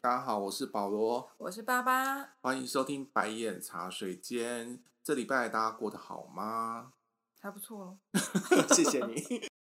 大家好，我是保罗，我是爸爸。欢迎收听白眼茶水间。这礼拜大家过得好吗？还不错哦。 谢谢你。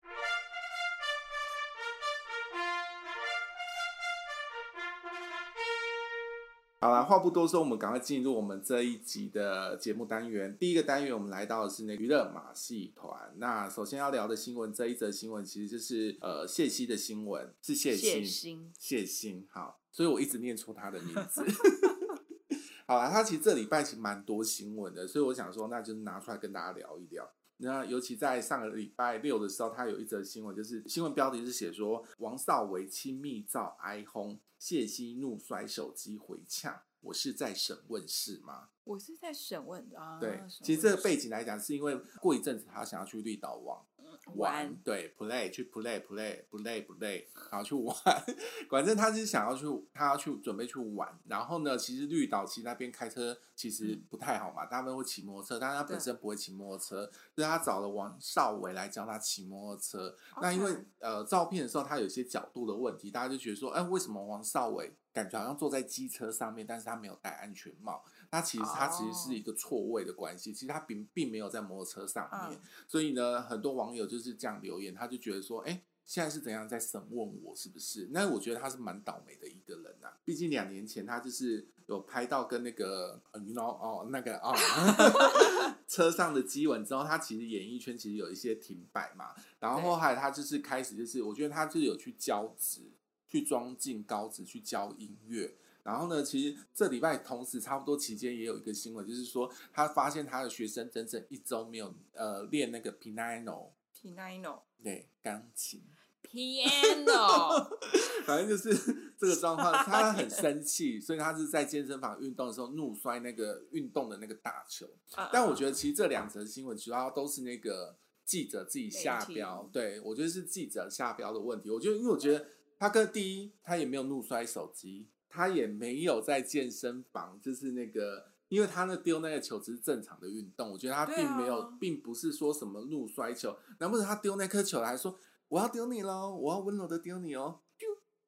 好啦，话不多说，我们赶快进入我们这一集的节目单元。第一个单元，我们来到的是那个娱乐马戏团。那首先要聊的新闻，这一则新闻其实就是呃谢欣的新闻，是谢欣。心，谢欣，好，所以我一直念错他的名字。 好啦，他其实这礼拜其实蛮多新闻的，所以我想说，那就是拿出来跟大家聊一聊。那尤其在上个礼拜六的时候，他有一则新闻，就是新闻标题是写说王少维亲密照哀轰，谢欣怒摔手机回呛，我是在审问室吗？我是在审问啊。对审，其实这个问背景来讲，是因为过一阵子他想要去绿岛玩，玩，完对，play 去 play play play play，然后去玩， 反正他是想要去，他要去准备去玩。然后呢，其实绿岛其实那边开车其实不太好嘛，大部分会骑摩托车，但是他本对身不会骑摩托车，所以他找了王少伟来教他骑摩托车。啊那因为 OK 呃，照片的时候他有一些角度的问题，大家就觉得说，哎、为什么王少伟感觉好像坐在机车上面，但是他没有戴安全帽？他其实他其实是一个错位的关系，其实他并并没有在摩托车上面。嗯，所以呢，很多网友就是这样留言，他就觉得说，哎、现在是怎样在审问我是不是？那我觉得他是蛮倒霉的一个人呐、啊，毕竟两年前他就是有拍到跟那个呃 you know 哦那个哦 车上的激吻之后，他其实演艺圈其实有一些停摆嘛，然后后来他就是开始就是，我觉得他就是有去教职，去装进高职去教音乐。然后呢，其实这礼拜同时差不多期间也有一个新闻，就是说他发现他的学生整整一周没有呃练那个 piano， piano，piano，对，钢琴。反正就是这个状况，他很生气，所以他是在健身房运动的时候怒摔那个运动的那个大球。 但我觉得其实这两则新闻主要都是那个记者自己下标，对我觉得是记者下标的问题。我觉得，因为我觉得他跟第一，他也没有怒摔手机，他也没有在健身房，就是那个。因为他那丢那个球只是正常的运动，我觉得他对啊并没有，并不是说什么怒摔球，难不成他丢那颗球还说我要丢你喽，我要温柔的丢你哦，啾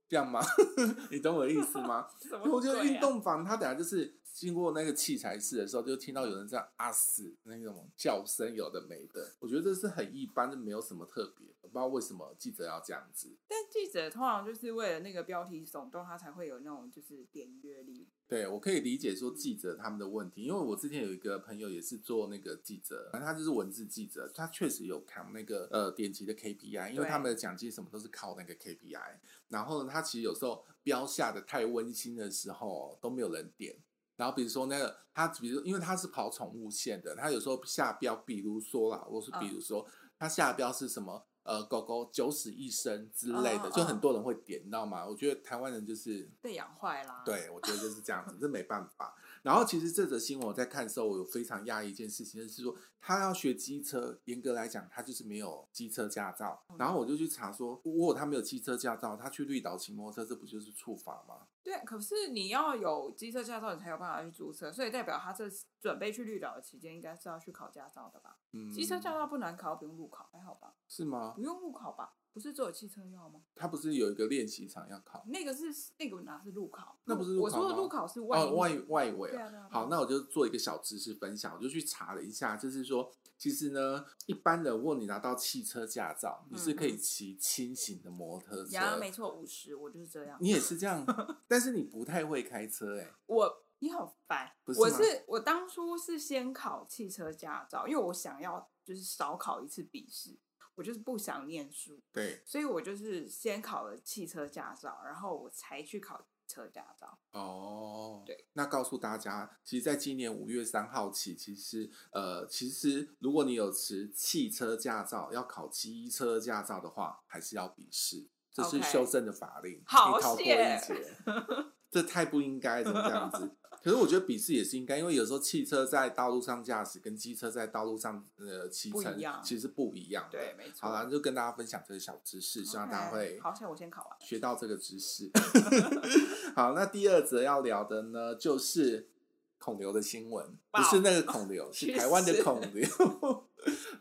这样吗？ 你懂我的意思吗？什么因为我觉得鬼啊运动房它等下就是经过那个器材室的时候，就听到有人这样啊死那种叫声，有的没的。我觉得这是很一般，就没有什么特别。我不知道为什么记者要这样子。但记者通常就是为了那个标题耸动，他才会有那种就是点阅率。对，我可以理解说记者他们的问题，因为我之前有一个朋友也是做那个记者，反正他就是文字记者，他确实有扛那个呃典籍的 KPI，因为对他们的奖金什么都是靠那个 KPI。然后呢，他其实有时候标下的太温馨的时候都没有人点。然后比如说那个他，比如说因为他是跑宠物线的，他有时候下标，比如说啦，我是比如嗯说、他下标是什么呃狗狗九死一生之类的，嗯嗯就嗯很多人会点，你知道吗？我觉得台湾人就是被养坏啦，，对，我觉得就是这样子，这没办法。然后其实这则新闻我在看的时候，我有非常讶异一件事情，就是说他要学机车，严格来讲他就是没有机车驾照。嗯然后我就去查说，如果他没有机车驾照，他去绿岛骑摩托车，这不就是处罚吗？对。可是你要有机车驾照，你才有办法去注册，所以代表他这准备去绿岛的期间，应该是要去考驾照的吧？嗯，机车驾照不难考，不用路考，还好吧？是吗？不用路考吧？不是只有汽车要吗？他不是有一个练习场要考？那个是那个哪是路考？那不是路我考吗说的路考是嗯外哦，外外围对啊。啊对啊。好，那我就做一个小知识分享，我就去查了一下，就是说，其实呢，一般人如果你拿到汽车驾照，你是可以嗯嗯骑轻型的摩托车，呀，没错，五十，我就是这样。你也是这样，但是你不太会开车哎、我你好烦，不是吗我是我当初是先考汽车驾照，因为我想要就是少考一次笔试，我就是不想念书，对，所以我就是先考了汽车驾照，然后我才去考车驾照。哦，对。那告诉大家，其实，在今年五月三号起，其实呃，其实如果你有持汽车驾照，要考机车驾照的话，还是要笔试，这是 OK 修正的法令好你逃过一险劫，这太不应该了，这样子。 可是我觉得笔试也是应该，因为有时候汽车在道路上驾驶跟机车在道路上呃骑不一乘样其实是不一样的。对，没错。好啦，就跟大家分享这个小知识，希望大家 OK，会好像我先考完。学到这个知识。 好，那第二则要聊的呢，就是孔刘的新闻，不哇是那个孔刘，是去台湾的死孔刘。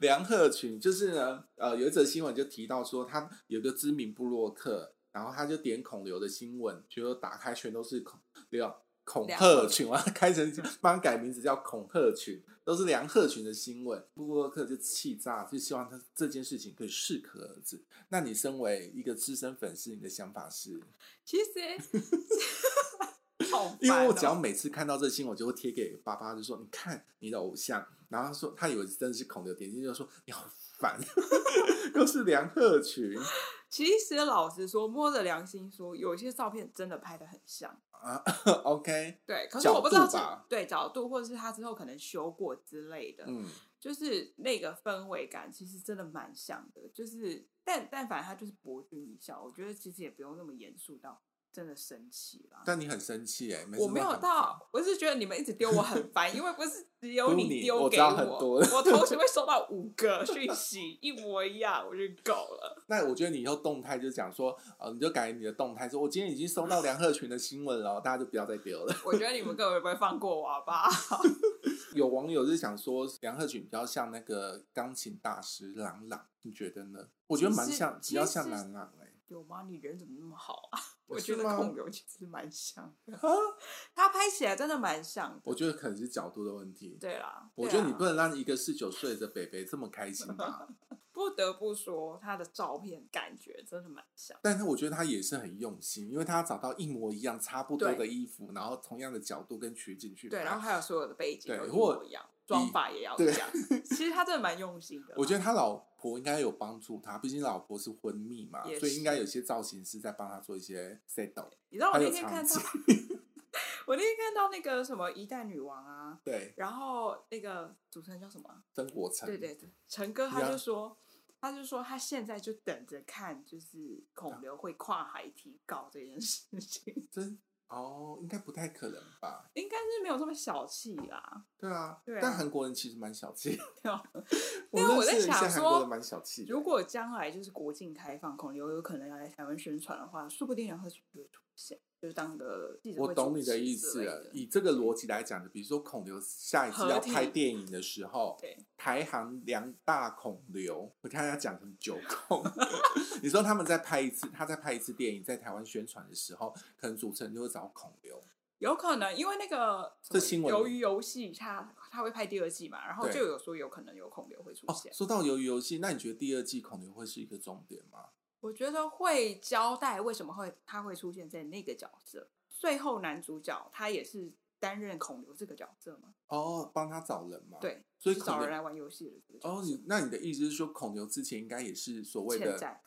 梁鹤群就是呢，呃，有一则新闻就提到说，他有一个知名布洛克，然后他就点孔刘的新闻，结果打开全都是孔刘孔梁鹤群，我 要开成帮他改名字叫孔鹤群，都是梁鹤群的新闻。布洛克就气炸，就希望他这件事情可以适可而止。那你身为一个资深粉丝，你的想法是？ 其实好烦哦、因为我只要每次看到这新闻，我就会贴给爸爸，就说：“你看你的偶像。”然后他说他以为真的是孔刘点进去，就说：“你好烦， 又是梁鹤群其实老实说，摸着良心说，有些照片真的拍的很像。啊。”OK，对，可是我不知道角度吧是对角度，或者是他之后可能修过之类的，嗯，就是那个氛围感其实真的蛮像的。就是但但反正他就是博君一笑，我觉得其实也不用那么严肃到真的生气啦。但你很生气哎、每次我都没有很到，我是觉得你们一直丢我很烦，因为不是只有不你你丢我给知道很我，多的我同时会收到五个讯息，一模一样，我就够了。那我觉得你以后动态就讲说，呃，你就改你的动态说，我今天已经收到梁鹤群的新闻了哦，大家就不要再丢了。 我觉得你们根本不会放过我，好不好？有网友就想说，梁鹤群比较像那个钢琴大师郎朗，你觉得呢？我觉得蛮其实像，其比较实像郎朗哎、 有吗？你人怎么那么好啊？我是觉得吗啊孔刘其实蛮像的，他拍起来真的蛮像的。我觉得可能是角度的问题。对啦，我对觉得你啊不能让一个四九岁的北北这么开心 吧？不得不说他的照片感觉真的蛮像。但是我觉得他也是很用心，因为他找到一模一样、差不多对的衣服，然后同样的角度跟取景去对，然后拍。还有所有的背景对都一或模一样，妆法也要对一样。 其实他真的蛮用心的啦。我觉得他老婆应该有帮助他，毕竟老婆是婚蜜嘛也，所以是应该有些造型师在帮他做一些 settle。你知道我还那有天场看到景， 我那天看到那个什么一代女王啊，对，然后那个主持人叫什么啊？曾国成，对对对，陈哥他对啊就说，他就说他现在就等着看，就是孔刘会跨海提告这件事情，真哦，应该不太可能吧？应该是没有这么小气啦。对啊，对啊但韩国人其实蛮小气。因为我在认识一些想韩国说人蛮小气的。如果将来就是国境开放，孔刘有可能要来台湾宣传的话，说不定然后就会出现，就是当个记者我会懂主你的持意之思啊类了的。以这个逻辑来讲，比如说孔刘下一次合要体拍电影的时候，对，台韩两大孔刘，我看他讲成九孔。 你说他们在拍一次，他在拍一次电影，在台湾宣传的时候，可能主持人就会找孔刘。有可能，因为那个什这么新闻鱿鱼游戏它它会拍第二季嘛，然后对就有说有可能有孔刘会出哦现，，说到鱿鱼游戏，那你觉得第二季孔刘会是一个重点吗？我觉得会交代为什么会他会出现在那个角色。最后男主角他也是担任孔刘这个角色嘛，哦，帮他找人嘛。，对，所以就是孔找刘人来玩游戏的这个角哦，色你那你的意思是说，孔刘之前应该也是所谓欠的债，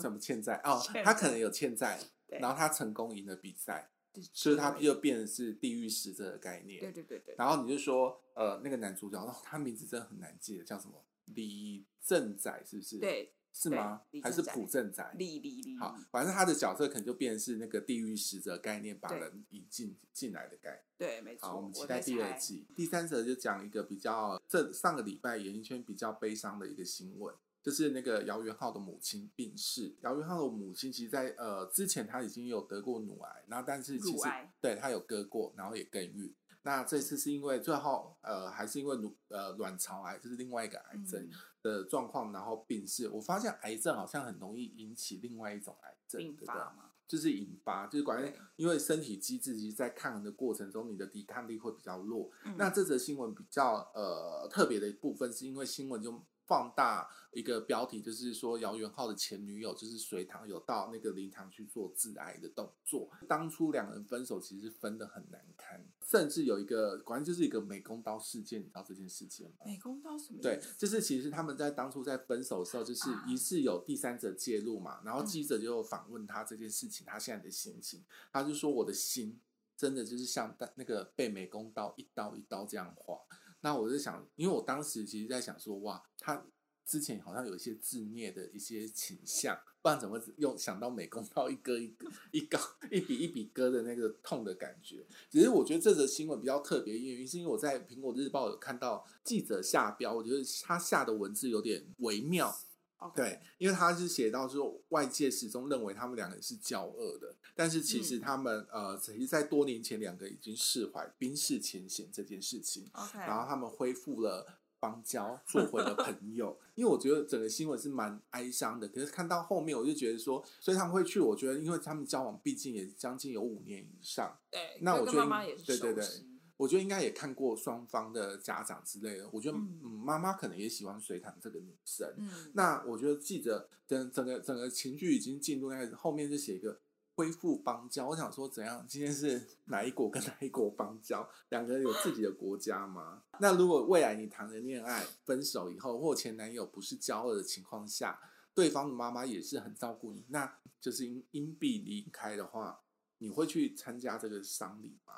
什么欠债哦欠，他可能有欠债，对然后他成功赢了比赛，所所以他就变成是地狱使者的概对念。对对对，然后你就说，呃，那个男主角，哦、他名字真的很难记得，叫什么？李正宰是不是？，对是吗对？李还是正宰朴正宰？李李李，好，反正他的角色可能就变成是那个地狱使者概念，把对人引进进来的概念。对，没错，好，我们期在待第二猜。季。第三则就讲一个比较这上个礼拜演艺圈比较悲伤的一个新闻，就是那个姚元浩的母亲病逝。姚元浩的母亲其实在呃之前他已经有得过乳癌，然后但是其乳实癌对他有割过，然后也更愈。那这次是因为最后呃还是因为乳呃卵巢癌，就是另外一个癌症嗯的状况，然后病逝。我发现癌症好像很容易引起另外一种癌症，并对不对发嘛，就是引发，就是关于对因为身体机制其实在抗衡的过程中，你的抵抗力会比较弱。嗯那这则新闻比较呃特别的一部分，是因为新闻就放大一个标题，就是说姚元浩的前女友就是隋唐有到那个灵堂去做致癌的动作。当初两人分手其实分的很难堪，甚至有一个，果然就是一个美工刀事件，你知道这件事件吗？美工刀什么意对思，就是其实他们在当初在分手的时候，就是啊疑似有第三者介入嘛，然后嗯记者就有访问他这件事情，他现在的心情，他就说我的心真的就是像大那个被美工刀一刀一刀这样划。那我就想，因为我当时其实在想说，哇，他之前好像有一些自虐的一些倾向，不然怎么会用想到美工刀一割一割一刀一笔一笔割的那个痛的感觉？只是我觉得这则新闻比较特别，因为是因为我在苹果日报有看到记者下标，我觉得他下的文字有点微妙。 OK，对，因为他是写到说外界始终认为他们两个是交恶的，但是其实他们、呃，其实在多年前两个已经释怀冰释前嫌这件事情， ，OK，然后他们恢复了邦交做回了朋友，因为我觉得整个新闻是蛮哀伤的。可是看到后面，我就觉得说，所以他们会去，我觉得因为他们交往毕竟也将近有五年以上，对，那就我跟觉得妈妈应也是对对熟对悉我觉得应该也看过双方的家长之类的。我觉得嗯嗯妈妈、可能也喜欢水潭这个女生，嗯，那我觉得记者整整个整个情绪已经进入那个后面就写一个恢复邦交。我想说，怎样？今天是哪一国跟哪一国邦交？两个人有自己的国家吗？那如果未来你谈了恋爱，分手以后或前男友不是交恶的情况下，对方的妈妈也是很照顾你，那就是因因必离开的话，你会去参加这个丧礼吗？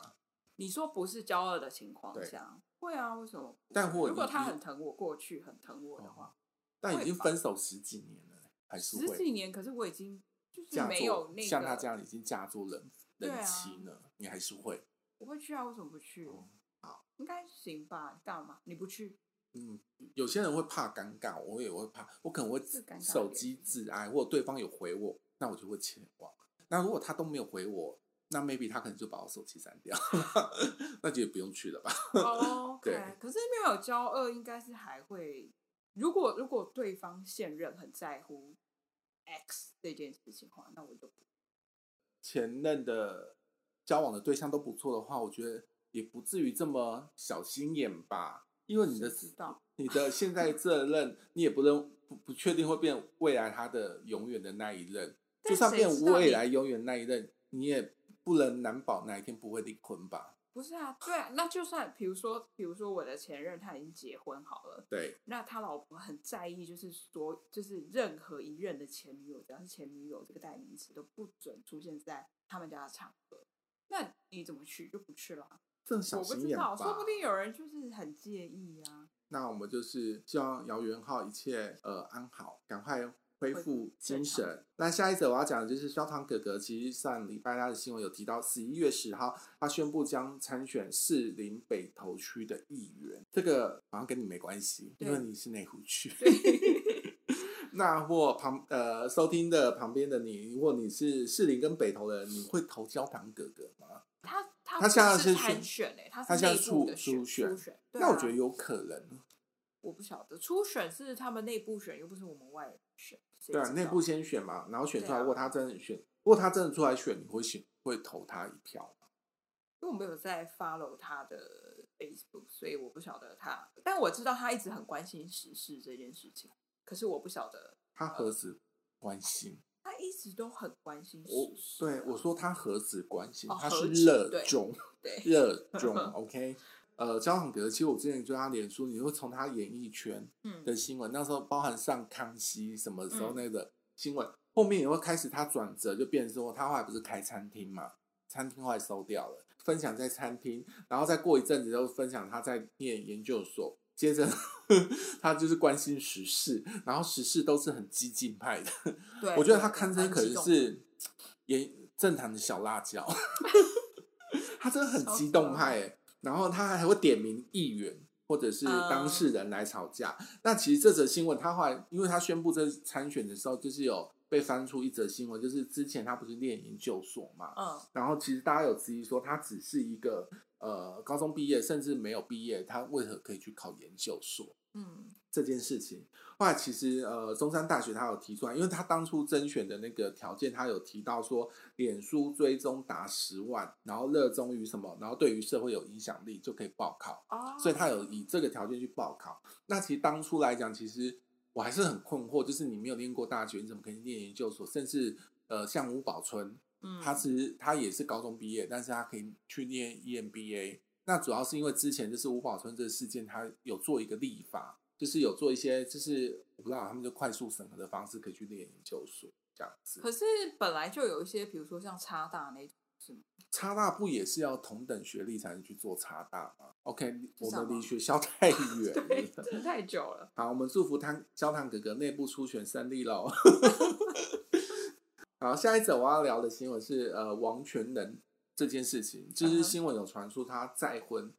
你说不是骄傲的情况对下，会啊？为什么不会？但或如果你他你很疼我，过去很疼我的哦话，但已经会吧分手十几年了，还是十会几年，可是我已经就是嫁没有做那个，像他这样已经嫁做人对人啊妻呢，你还是会。我会去啊，为什么不去？哦好，应该行吧？干嘛？你不去？嗯，有些人会怕尴尬，我也会怕，我可能会是尴尬手机自爱，或者对方有回我，那我就会前往。那如果他都没有回我，那 maybe 他可能就把我手机删掉， 那就也不用去了吧。 哦，对 OK，可是没有骄傲，应该是还会，如果如果对方现任很在乎 X 这件事情的话，那我就不前任的交往的对象都不错的话，我觉得也不至于这么小心眼吧。因为你的知道。你的现在这任，你也不认不不确定会变未来他的永远的那一任，但就算谁变知道未你来永远那一任，你也不能难保哪一天不会离婚吧？不是啊，对啊，那就算比如说，比如说我的前任他已经结婚好了，对，那他老婆很在意，就是所就是任何一任的前女友，只要是前女友这个代名词都不准出现在他们家的场合。那你怎么去就不去了啊？这小我不心知眼吧道，。说不定有人就是很介意 啊。那我们就是希望姚元浩一切呃安好，赶快恢恢复复精正常神。那下一则我要讲的就是焦糖哥哥，其实上礼拜他的新闻有提到，十一月十号他宣布将参选士林北投区的议员，这个好像跟你没关系，因为对你是内湖区。对，那或旁呃收听的旁边的你，如果你是士林跟北投的人，你会投焦糖哥哥吗？他他他他现在是参选选嘞、他他现在内部初的初选选，初选对那我啊觉得有可能，我不晓得，初选是他们内部选，又不是我们外人选。谁对啊，知内道部先选嘛，然后选出来。对啊如果他真的选，如果他真的出来选，你会选会投他一票吗？因为我没有在 follow 他的 Facebook，所以我不晓得他，但我知道他一直很关心时事这件事情。可是我不晓得他何止关心？他一直都很关心我时事。对我说他何止关心，哦他是何止热对衷。对，热衷，OK。呃，交往格，其实我之前追他脸书，你会从他演艺圈嗯的新闻，那时候包含上康熙什么时候嗯那个新闻，后面也会开始他转折，就变成说他后来不是开餐厅嘛，餐厅后来收掉了，分享在餐厅，然后再过一阵子就分享他在念研究所，接着 他就是关心时事，然后时事都是很激进派的，对，我觉得他对堪称蛮可激能动是也政坛的小辣 椒，他真的很超激可动爱派哎，然后他还会点名议员或者是当嗯事人来吵架。那其实这则新闻，他后来因为他宣布这参选的时候，就是有被翻出一则新闻，就是之前他不是念研究所嘛，嗯，然后其实大家有质疑说，他只是一个呃高中毕业，甚至没有毕业，他为何可以去考研究所？嗯这件事情。后来其实呃，中山大学他有提出来，因为他当初甄选的那个条件，他有提到说，脸书追踪达十万，然后热衷于什么，然后对于社会有影响力就可以报考，哦，所以他有以这个条件去报考。那其实当初来讲，其实我还是很困惑，就是你没有念过大学，你怎么可以念研究所？甚至呃，像吴宝春，嗯他其实他也是高中毕业，但是他可以去念 E EMBA。那主要是因为之前就是吴宝春这个事件，他有做一个立法，就是有做一些就是我不知道他们就快速审核的方式可以去念研究所这样子。可是本来就有一些，比如说像差大那种，是吗？差大不也是要同等学历才能去做差大吗？OK，我什们么离学校太远 对，了。真的太久了。好，我们祝福汤焦糖哥哥内部初选胜利喽。 好，下一则我要聊的新闻是呃王全仁这件事情，就嗯是哼新闻有传出他再婚，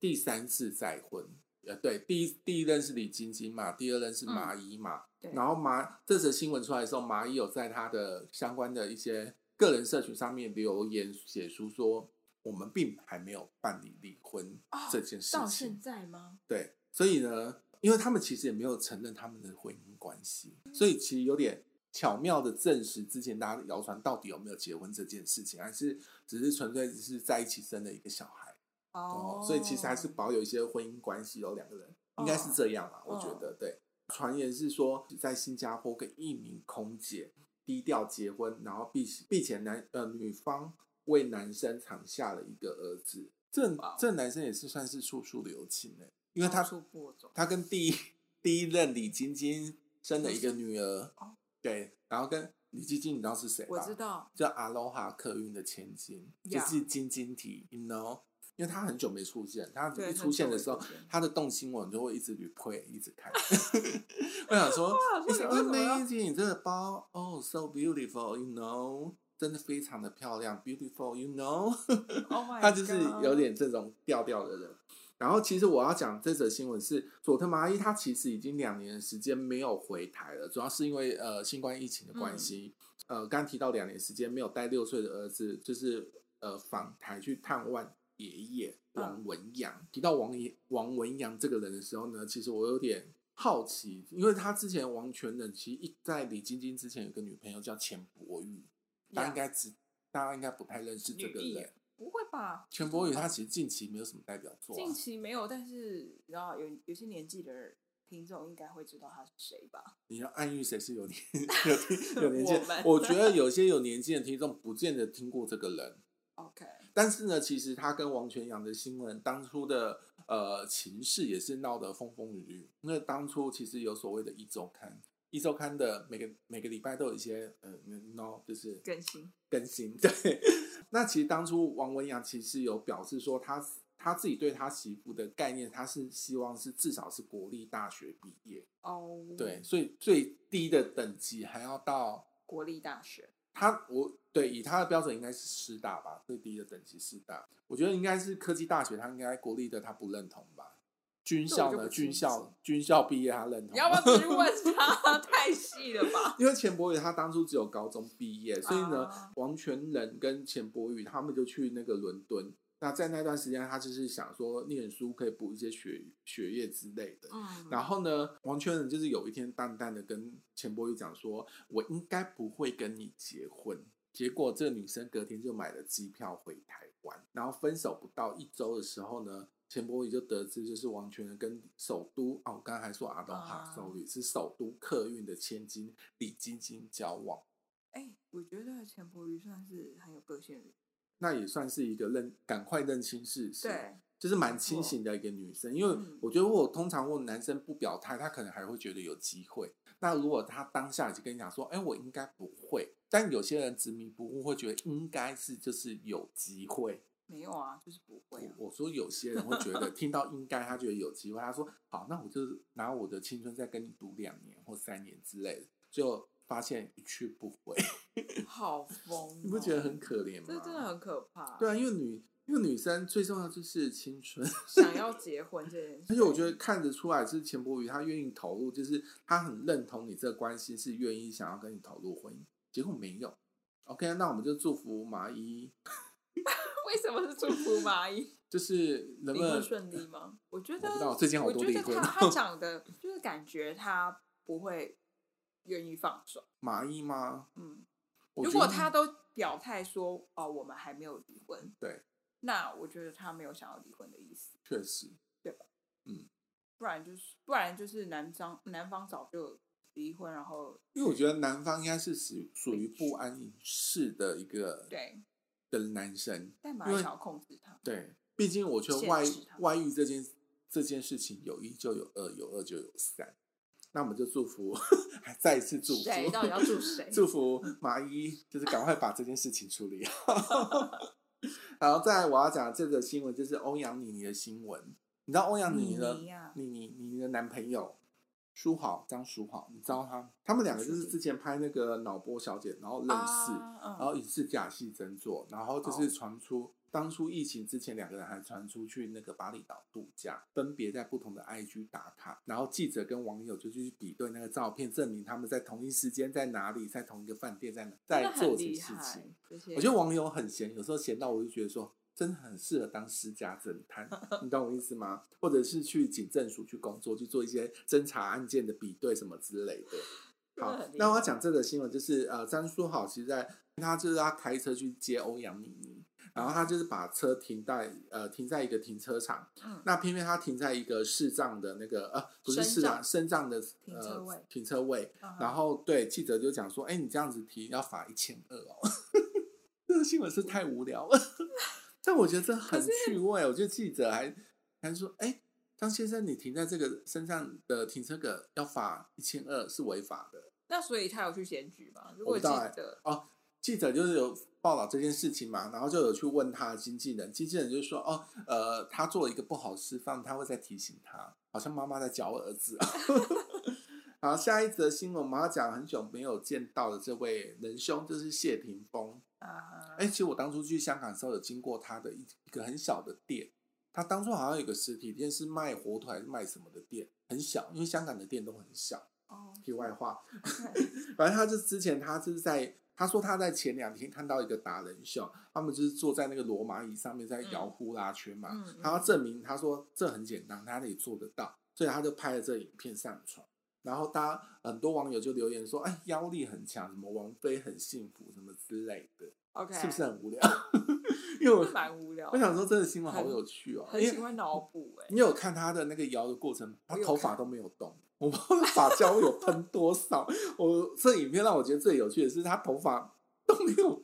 第三次再婚。呃，对，第一第一任是李晶晶嘛，第二任是麻衣嘛，嗯 对，然后麻这则新闻出来的时候，麻衣有在他的相关的一些个人社群上面留言写书说，我们并还没有办理离婚哦这件事到情现。在吗？对，所以呢，因为他们其实也没有承认他们的婚姻关系，所以其实有点巧妙的证实之前大家谣传到底有没有结婚这件事情，还是只是纯粹只是在一起生了一个小孩哦，所以其实还是保有一些婚姻关系哦，两个人应该是这样啦，我哦觉得对。传言是说，在新加坡跟一名空姐低调结婚，然后并并且男呃女方为男生产下了一个儿子，这哇这男生也是算是处处留情的、欸因为他到处播种，他跟第一第一任李晶晶生了一个女儿哦，对，然后跟李晶晶你知道是谁吧？我知道，叫阿罗哈客运的千金，就 Yeah 是晶晶体，you know，因为他很久没出现，他对一出现的时候很久没出现，他的动新闻就会一直 replay，一直看。 我想 说我，It's 想说你为什么 amazing，这个包哦、s o beautiful，you know，真的非常的漂亮，beautiful，you know， Oh my 他就是 God 有点这种调调的人。然后，其实我要讲这则新闻是佐藤麻衣，她其实已经两年的时间没有回台了，主要是因为呃新冠疫情的嗯关系。呃，刚提到两年时间没有带六岁的儿子，就是呃访台去探望爷爷嗯王文阳。提到王爷王文阳这个人的时候呢，其实我有点好奇，因为他之前王全仁其实一在李晶晶之前有个女朋友叫钱博宇，大家应该知，大家应该不太认识这个女艺人人。不会吧？全博宇他其实近期没有什么代表作、啊，近期没有，但是然后有有些年纪的人听众应该会知道他是谁吧？你要暗喻谁是有年有 有年纪我们？我觉得有些有年纪的听众不见得听过这个人， OK，但是呢，其实他跟王全阳的新闻当初的呃情势也是闹得风风雨雨。那当初其实有所谓的一周刊，一周刊的每个每个礼拜都有一些呃，no 就是更新更新。 对，那其实当初王文洋其实有表示说他，他自己对他媳妇的概念，他是希望是至少是国立大学毕业，哦，对，，所以最低的等级还要到国立大学，他，我对以他的标准应该是师大吧，最低的等级师大，我觉得应该是科技大学，他应该国立的他不认同吧。军校这我就呢？不清楚军校军校毕业他认同吗，你要不要直接问他？ 太细了 吧？因为钱伯宇他当初只有高中毕业，所以呢啊，王全仁跟钱伯宇他们就去那个伦敦。那在那段时间，他就是想说念书可以补一些学学业之类的。嗯，然后呢，王全仁就是有一天淡淡的跟钱伯宇讲说：“我应该不会跟你结婚。”结果这女生隔天就买了机票回台湾，然后分手不到一周的时候呢，钱伯宇就得知就是王全仁跟首都哦，我刚才还说阿东哈啊首里是首都客运的千金李晶晶交往，哎、我觉得钱伯瑜算是很有个性的人，那也算是一个认赶快认清事实。对，就是蛮清醒的一个女生，因为嗯我觉得如果通常问男生不表态，他可能还会觉得有机会。那如果他当下已经跟你讲说，哎、我应该不会，但有些人执迷不悟，会觉得应该是就是有机会。没有啊，就是不会啊。我我说有些人会觉得听到应该，他觉得有机会，他说好，那我就拿我的青春再跟你赌两年或三年之类的，就发现一去不回， 好疯、哦，你不觉得很可怜吗？这真的很可怕。对啊，因为女因为女生最重要就是青春。想要结婚这件事，而且我觉得看得出来，就是钱伯瑜他愿意投入，就是他很认同你这个关系，是愿意想要跟你投入婚姻。结果没有。OK，那我们就祝福麻衣，为什么是祝福蚂蚁？就是 能离不能婚顺利吗？我觉得，我不知道最近好多我觉得离婚他 他长得就是感觉他不会愿意放手。麻衣吗？嗯，我如觉果得他都表态说哦，我们还没有离婚，对，那我觉得他没有想要离婚的意思。确实，不然就是不然就是男方男方早就离婚，然后因为我觉得男方应该是属属于不安隐士的一个对，的男生，但马因上为想要控制他。对，毕竟我觉得外限制他外遇这件这件事情，有一就有二，有二就有三。那我们就祝福， 还再一次祝福，谁到底要祝 谁？祝福麻衣，就是赶快把这件事情处理好。 然后再来我要讲这个新闻，就是欧阳妮妮的新闻。你知道欧阳妮妮的妮妮啊妮妮妮妮的男朋友舒豪张舒豪，你知道他？他们两个就是之前拍那个《脑波小姐》，然后认识，啊、然嗯，哦后也是假戏真做，然后就是传出、当初疫情之前，两个人还传出去那个巴厘岛度假，分别在不同的 IG 打卡，然后记者跟网友就去比对那个照片，证明他们在同一时间在哪里，在同一个饭店在哪真在的做很这些厉事害情。。这些我觉得网友很闲，有时候闲到我就觉得说，真的很适合当私家侦 探，你懂我意思吗？或者是去警政署去工作，去做一些侦查案件的比对什么之类的。好真的很，厉那我要害讲这个新闻就是，呃，张书豪其实在他就是他开车去接欧阳妮妮，然后他就是把车停在呃停在一个停车场，嗯那偏偏他停在一个视障的那个呃不是身视障障身障的停车位呃、停车位，嗯然后对记者就讲说，哎、你这样子提要罚一千二哦，这个新闻是太无聊了， 但我觉得这很趣味，我觉得记者还还说，哎、张先生，你停在这个身上的停车格要罚一千二是违法的。那所以他有去检举吗？如我果不记知道哎得，哦，记者就是有报道这件事情嘛，然后就有去问他的经纪人，经纪人就说哦，呃，他做了一个不好的示范，他会再提醒他，好像妈妈在教儿子。 好，下一则新闻我们要讲很久没有见到的这位仁兄，就是谢霆锋。啊，哎、其实我当初去香港的时候有经过他的一一个很小的店，他当初好像有个实体店是卖火腿还是卖什么的店，很小，因为香港的店都很小。哦，题外话， 反正他就之前他就是在他说他在前两天看到一个达人秀，他们就是坐在那个罗马椅上面在摇呼啦圈嘛，嗯，他要证明他说这很简单，他也做得到，所以他就拍了这影片上传。然后大家很多网友就留言说：“哎，腰力很强，什么王菲很幸福，什么之类的 OK，是不是很无聊？” 因为我蛮无聊我？想说，这个新闻好有趣哦，很因为嗯喜欢脑补哎，你有看他的那个摇的过程吗，他我有头发都没有动，我不知道发胶有喷多少。我这影片让我觉得最有趣的是他头发都没有动，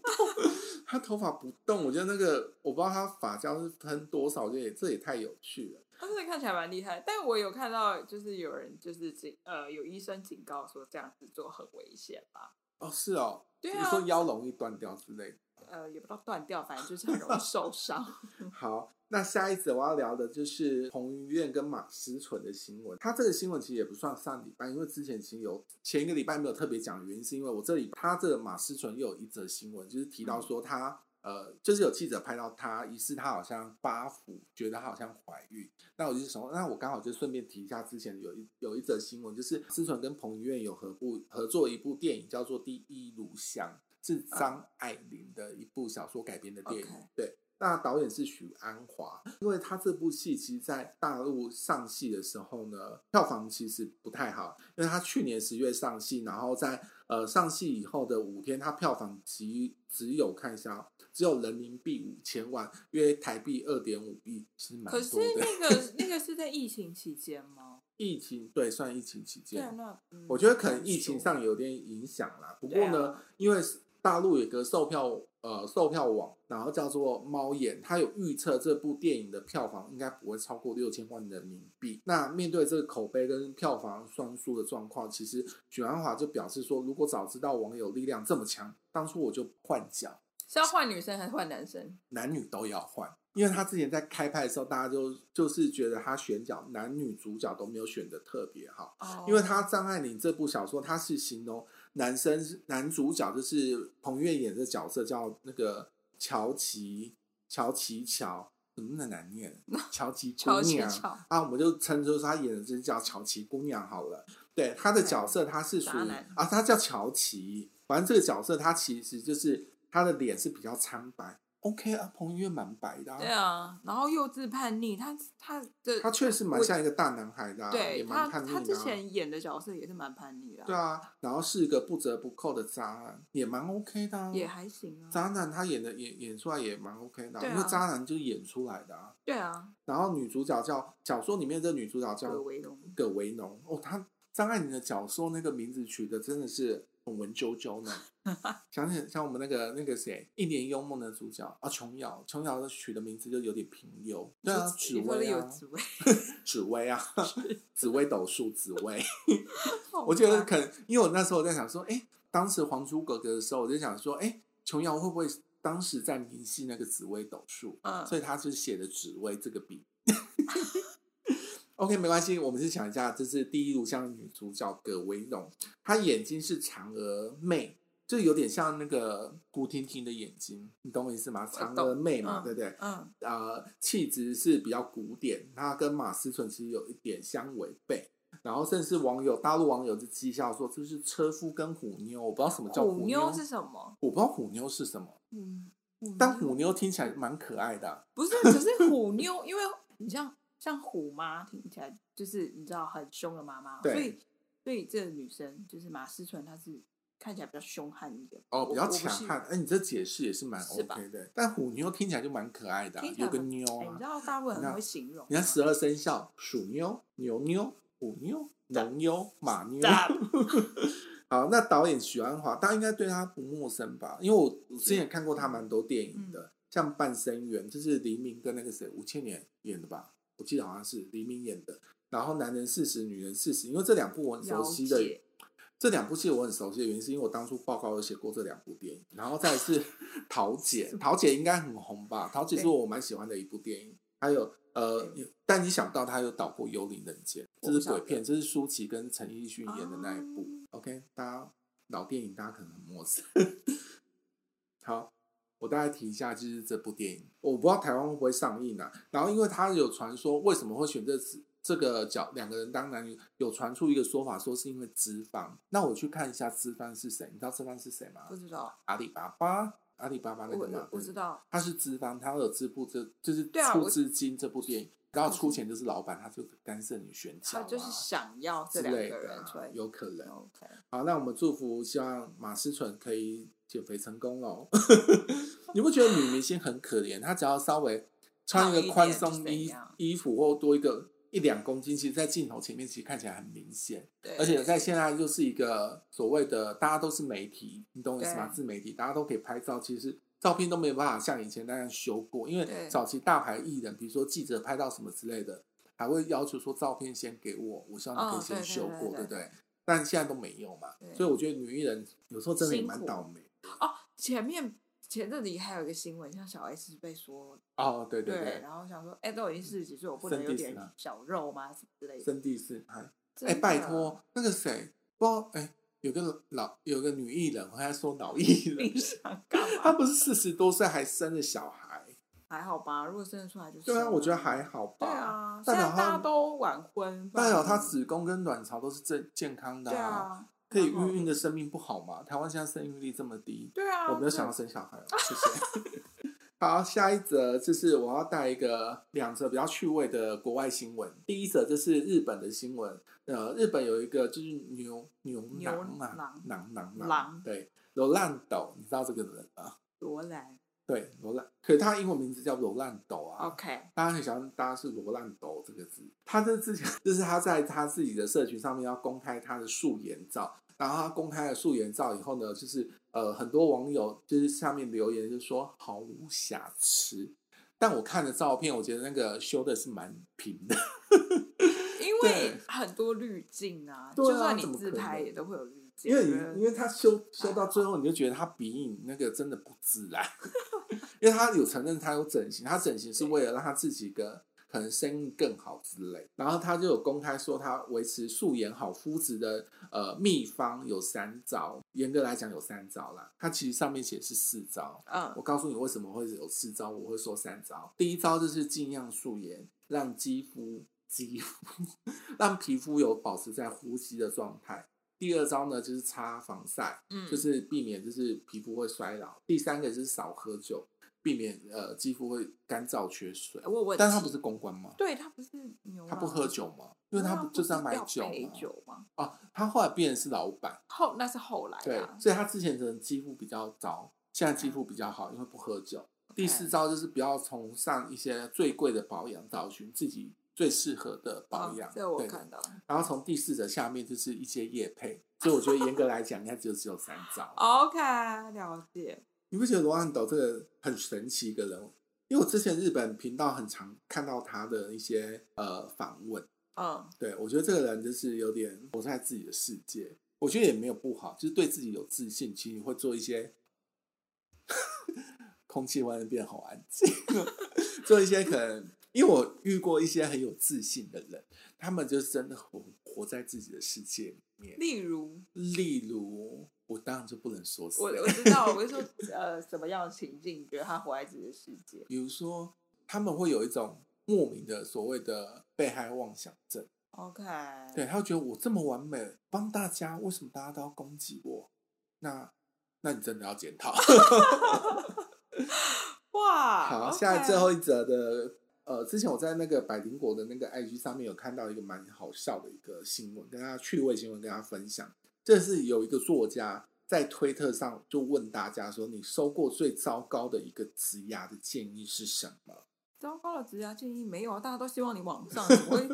他头发不动。我觉得那个我不知道他发胶是喷多少，这也这也太有趣了。他真的看起来蛮厉害，但我有看到就是有人就是警呃有医生警告说这样子做很危险吧，哦，是哦，对你啊，说腰容易断掉之类的。呃也不知道断掉，反正就是很容易受 伤。好，那下一则我要聊的就是彭于晏跟马思纯的新闻。他这个新闻其实也不算上礼拜，因为之前其实有前一个礼拜没有特别讲的原因，是因为我这里他这个马思纯又有一则新闻，就是提到说他。呃，就是有记者拍到她，疑似她好像八府，觉得她好像怀孕。那我就想说，那我刚好就顺便提一下，之前有一有一则新闻，就是思纯跟彭于晏有合部合作一部电影，叫做《第一炉香》，是张爱玲的一部小说改编的电影。 OK 对，那导演是许鞍华，因为他这部戏其实在大陆上戏的时候呢，票房其实不太好，因为他去年十月上戏，然后在呃上戏以后的五天，他票房只只有看一下哦，只有人民币五千万，约台币二点五亿，其实蛮可是多的。那个那个是在疫情期间吗？疫情对，算疫情期对啊，间，那、嗯我觉得可能疫情上有点影响啦。不过呢，对因为大陆有个售票呃售票网，然后叫做猫眼，它有预测这部电影的票房应该不会超过六千万人民币。那面对这个口碑跟票房双输的状况，其实许鞍华就表示说，如果早知道网友力量这么强，当初我就换角。是要换女生还是换男生？男女都要换，因为他之前在开拍的时候，大家就就是觉得他选角男女主角都没有选的特别好，哦因为他《张爱玲》这部小说，他是形容男生是男主角就是彭于晏演的角色叫那个乔琪乔琪乔，怎么那么难 念？乔琪姑乔琪娘乔啊，我们就称之他演的就是叫乔琪姑娘好了。对他的角色，他是属渣于男啊，他叫乔琪。反正这个角色，他其实就是他的脸是比较苍白。OK 啊，彭于晏蛮白的、对啊，然后幼稚叛逆，他他的他确实蛮像一个大男孩的、啊，也对蛮他叛逆的、啊。他之前演的角色也是蛮叛逆的啊、对啊，然后是一个不折不扣的渣男，也蛮 OK 的、啊。也还行啊，渣男他演的演演出来也蛮 OK 的啊、对啊因为渣男就是演出来的啊。对啊，然后女主角叫小说里面这女主角叫葛维龙，葛维农哦，她张爱玲的小说那个名字取的真的是很文绉绉呢。 想起像我们那个那个谁，《一帘幽梦》的主角啊，琼瑶，琼瑶的取的名字就有点平庸。对啊，紫你说的薇有啊，紫薇，紫薇 啊，紫薇斗数，紫薇。好我觉得吧可能，因为我那时候在想说，哎、当时《还珠格格》的时候，我就想说，哎、琼瑶会不会当时在迷信那个紫微斗数？嗯所以他就写的紫薇这个笔。OK，没关系，我们是想一下，这是第一炉香的女主角葛薇容，她眼睛是嫦娥妹，就有点像那个古婷婷的眼睛，你懂我意思吗？嫦娥妹嘛，嗯对不对？嗯呃气质是比较古典，它跟马思纯其实有一点相违背。然后甚至网友大陆网友就讥笑说，这是车夫跟虎妞，我不知道什么叫虎妞，妞是什么？我不知道虎妞是什么。嗯，虎但妞虎妞听起来蛮可爱的啊、不是，可是虎妞，因为你像像虎妈听起来就是你知道很凶的妈妈，对所以所以这个女生就是马思纯，她是看起来比较凶悍一点哦，比较我我不强是悍。哎、你这解释也是蛮是吧 OK 的。但虎妞听起来就蛮可爱的啊、听起来有个蛮妞哎你啊知。道大陆人那很会形容啊，你看十二生肖：鼠妞、牛妞、虎妞、龙妞、马妞。 Stop 好，那导演许鞍华，大家应该对他不陌生吧？因为我我之前也看过他蛮多电影的，嗯像《半生缘》，就是黎明跟那个谁吴倩莲演的吧？我记得好像是黎明演的。然后《男人四十》《女人四十》，因为这两部我很熟了悉的解，这两部戏我很熟悉的原因，是因为我当初报告有写过这两部电影，然后再来 是《桃姐》，《桃姐》应该很红吧？《桃姐》是对我蛮喜欢的一部电影，还有呃对，但你想不到他有导过《幽灵人间》，这我不是晓鬼得片，这是舒淇跟陈奕迅演的那一部。哦 OK，大家老电影大家可能很陌生。好，我大概提一下，就是这部电影，我不知道台湾会不会上映啊。然后，因为他有传说，为什么会选这次这个角两个人当男女？有传出一个说法，说是因为资方。那我去看一下资方是谁，你知道资方是谁吗不？知道，阿里巴巴，阿里巴巴那我个嘛我，我知道，他是资方，他有支部这就是对啊出我资金这部电影，然后出钱就是老板，他就干涉你选角她啊就是想要这之两类个的人出啊来，有可能。 OK， 好，那我们祝福，希望马思纯可以减肥成功 喽。你不觉得女明星很可怜？她只要稍微穿一胖一个点宽松就怎衣样衣服或多一个一两公斤，其实，在镜头前面其实看起来很明显。对，而且在现在就是一个所谓的大家都是媒体，你懂我意思吗？对自媒体，大家都可以拍照，其实照片都没有办法像以前那样修过，因为对早期大牌艺人，比如说记者拍到什么之类的，还会要求说照片先给我，我希望你可哦以先对对修对过，对不对？但现在都没有嘛，对所以我觉得女艺人有时候真的也辛蛮苦倒霉。哦，前面前阵子还有一个新闻，像小 S 被说哦，对对，然后想说，哎、都已经四十几岁，我不生能有第点四啊小肉吗？什么之类的。生第四胎。真哎、拜的，托，那个谁，不知道哎，有个老有个女艺人，我还说老艺人你，想干她嘛？不是四十多岁还生了小孩。还好吧，如果生得出来就对啊，生我觉得了还好吧。对啊，代现表在他大家都晚婚，不代表然她子宫跟卵巢都是正健康的、对，啊，可以然后孕育的生命不好吗？台湾现在生育率这么低，对啊，我没有想要要生小孩哦，谢谢。 好，下一则就是我要带一个两则比较趣味的国外新闻。第一则就是日本的新闻，呃，日本有一个就是牛牛牛郎啊，郎郎郎郎对，罗兰斗，你知道这个人吗？罗兰对，罗兰，可是他英文名字叫罗兰斗啊。 ，OK，大家很喜欢，大家是罗兰斗这个字。他这之前就是他在他自己的社群上面要公开他的素颜照，然后他公开了素颜照以后呢，就是呃很多网友就是下面留言就说毫无瑕疵。但我看了照片，我觉得那个修的是蛮平的，因为很多滤镜啊，对啊就算你怎么自可拍能也都会有滤镜，因为我你觉得因为他修修到最后，你就觉得他鼻影那个真的不自然，因为他有承认他有整形，他整形是为了让他自己的可能生意更好之类。然后他就有公开说他维持素颜好肤质的呃秘方有三招，严格来讲有三招啦，他其实上面写是四招。我嗯，告诉你为什么会有四招，我会说三招。第一招就是尽量素颜，让肌肤肌肤 让皮肤有保持在呼吸的状态。第二招呢就是擦防晒，嗯就是避免就是皮肤会衰老。第三个就是少喝酒，避免呃肌肤会干燥缺水。嗯我有问但他题不是公关吗？对他不是牛，他不喝，酒吗？因为他不不就是要买酒陪吗？酒吗？哦，他后来变成是老板，后那是后来对啊，，所以他之前的肌肤比较糟，现在肌肤比较好，因为不喝酒。第四招就是不要崇尚一些最贵的保养，找寻自己最适合的保嗯养。这我对看到了。然后从第四则下面就是一些业配，所以我觉得严格来讲，应该就只有三招。 OK，了解。你不觉得罗汉斗这个很神奇一个人物？因为我之前日本频道很常看到他的一些呃访问，嗯，对我觉得这个人就是有点活在自己的世界，我觉得也没有不好，就是对自己有自信，其实会做一些 空气外面变好安静， 做一些可能因为我遇过一些很有自信的人，他们就是真的活活在自己的世界里面，例如例如我当然就不能说谁我我知道，我就说呃什么样的情境，你觉得他活在自己的世界？比如说，他们会有一种莫名的所谓的被害妄想症， OK，对，他会觉得我这么完美，帮大家，为什么大家都要攻击我？那，那你真的要检讨。哇， 好， OK 下最后一则的，呃，之前我在那个百灵果的那个 IG 上面有看到一个蛮好笑的一个新闻，跟大家趣味新闻跟大家分享。这是有一个作家在推特上就问大家说，你收过最糟糕的一个职涯的建议是什么？糟糕的职涯建议没有啊，大家都希望你往上，怎么会？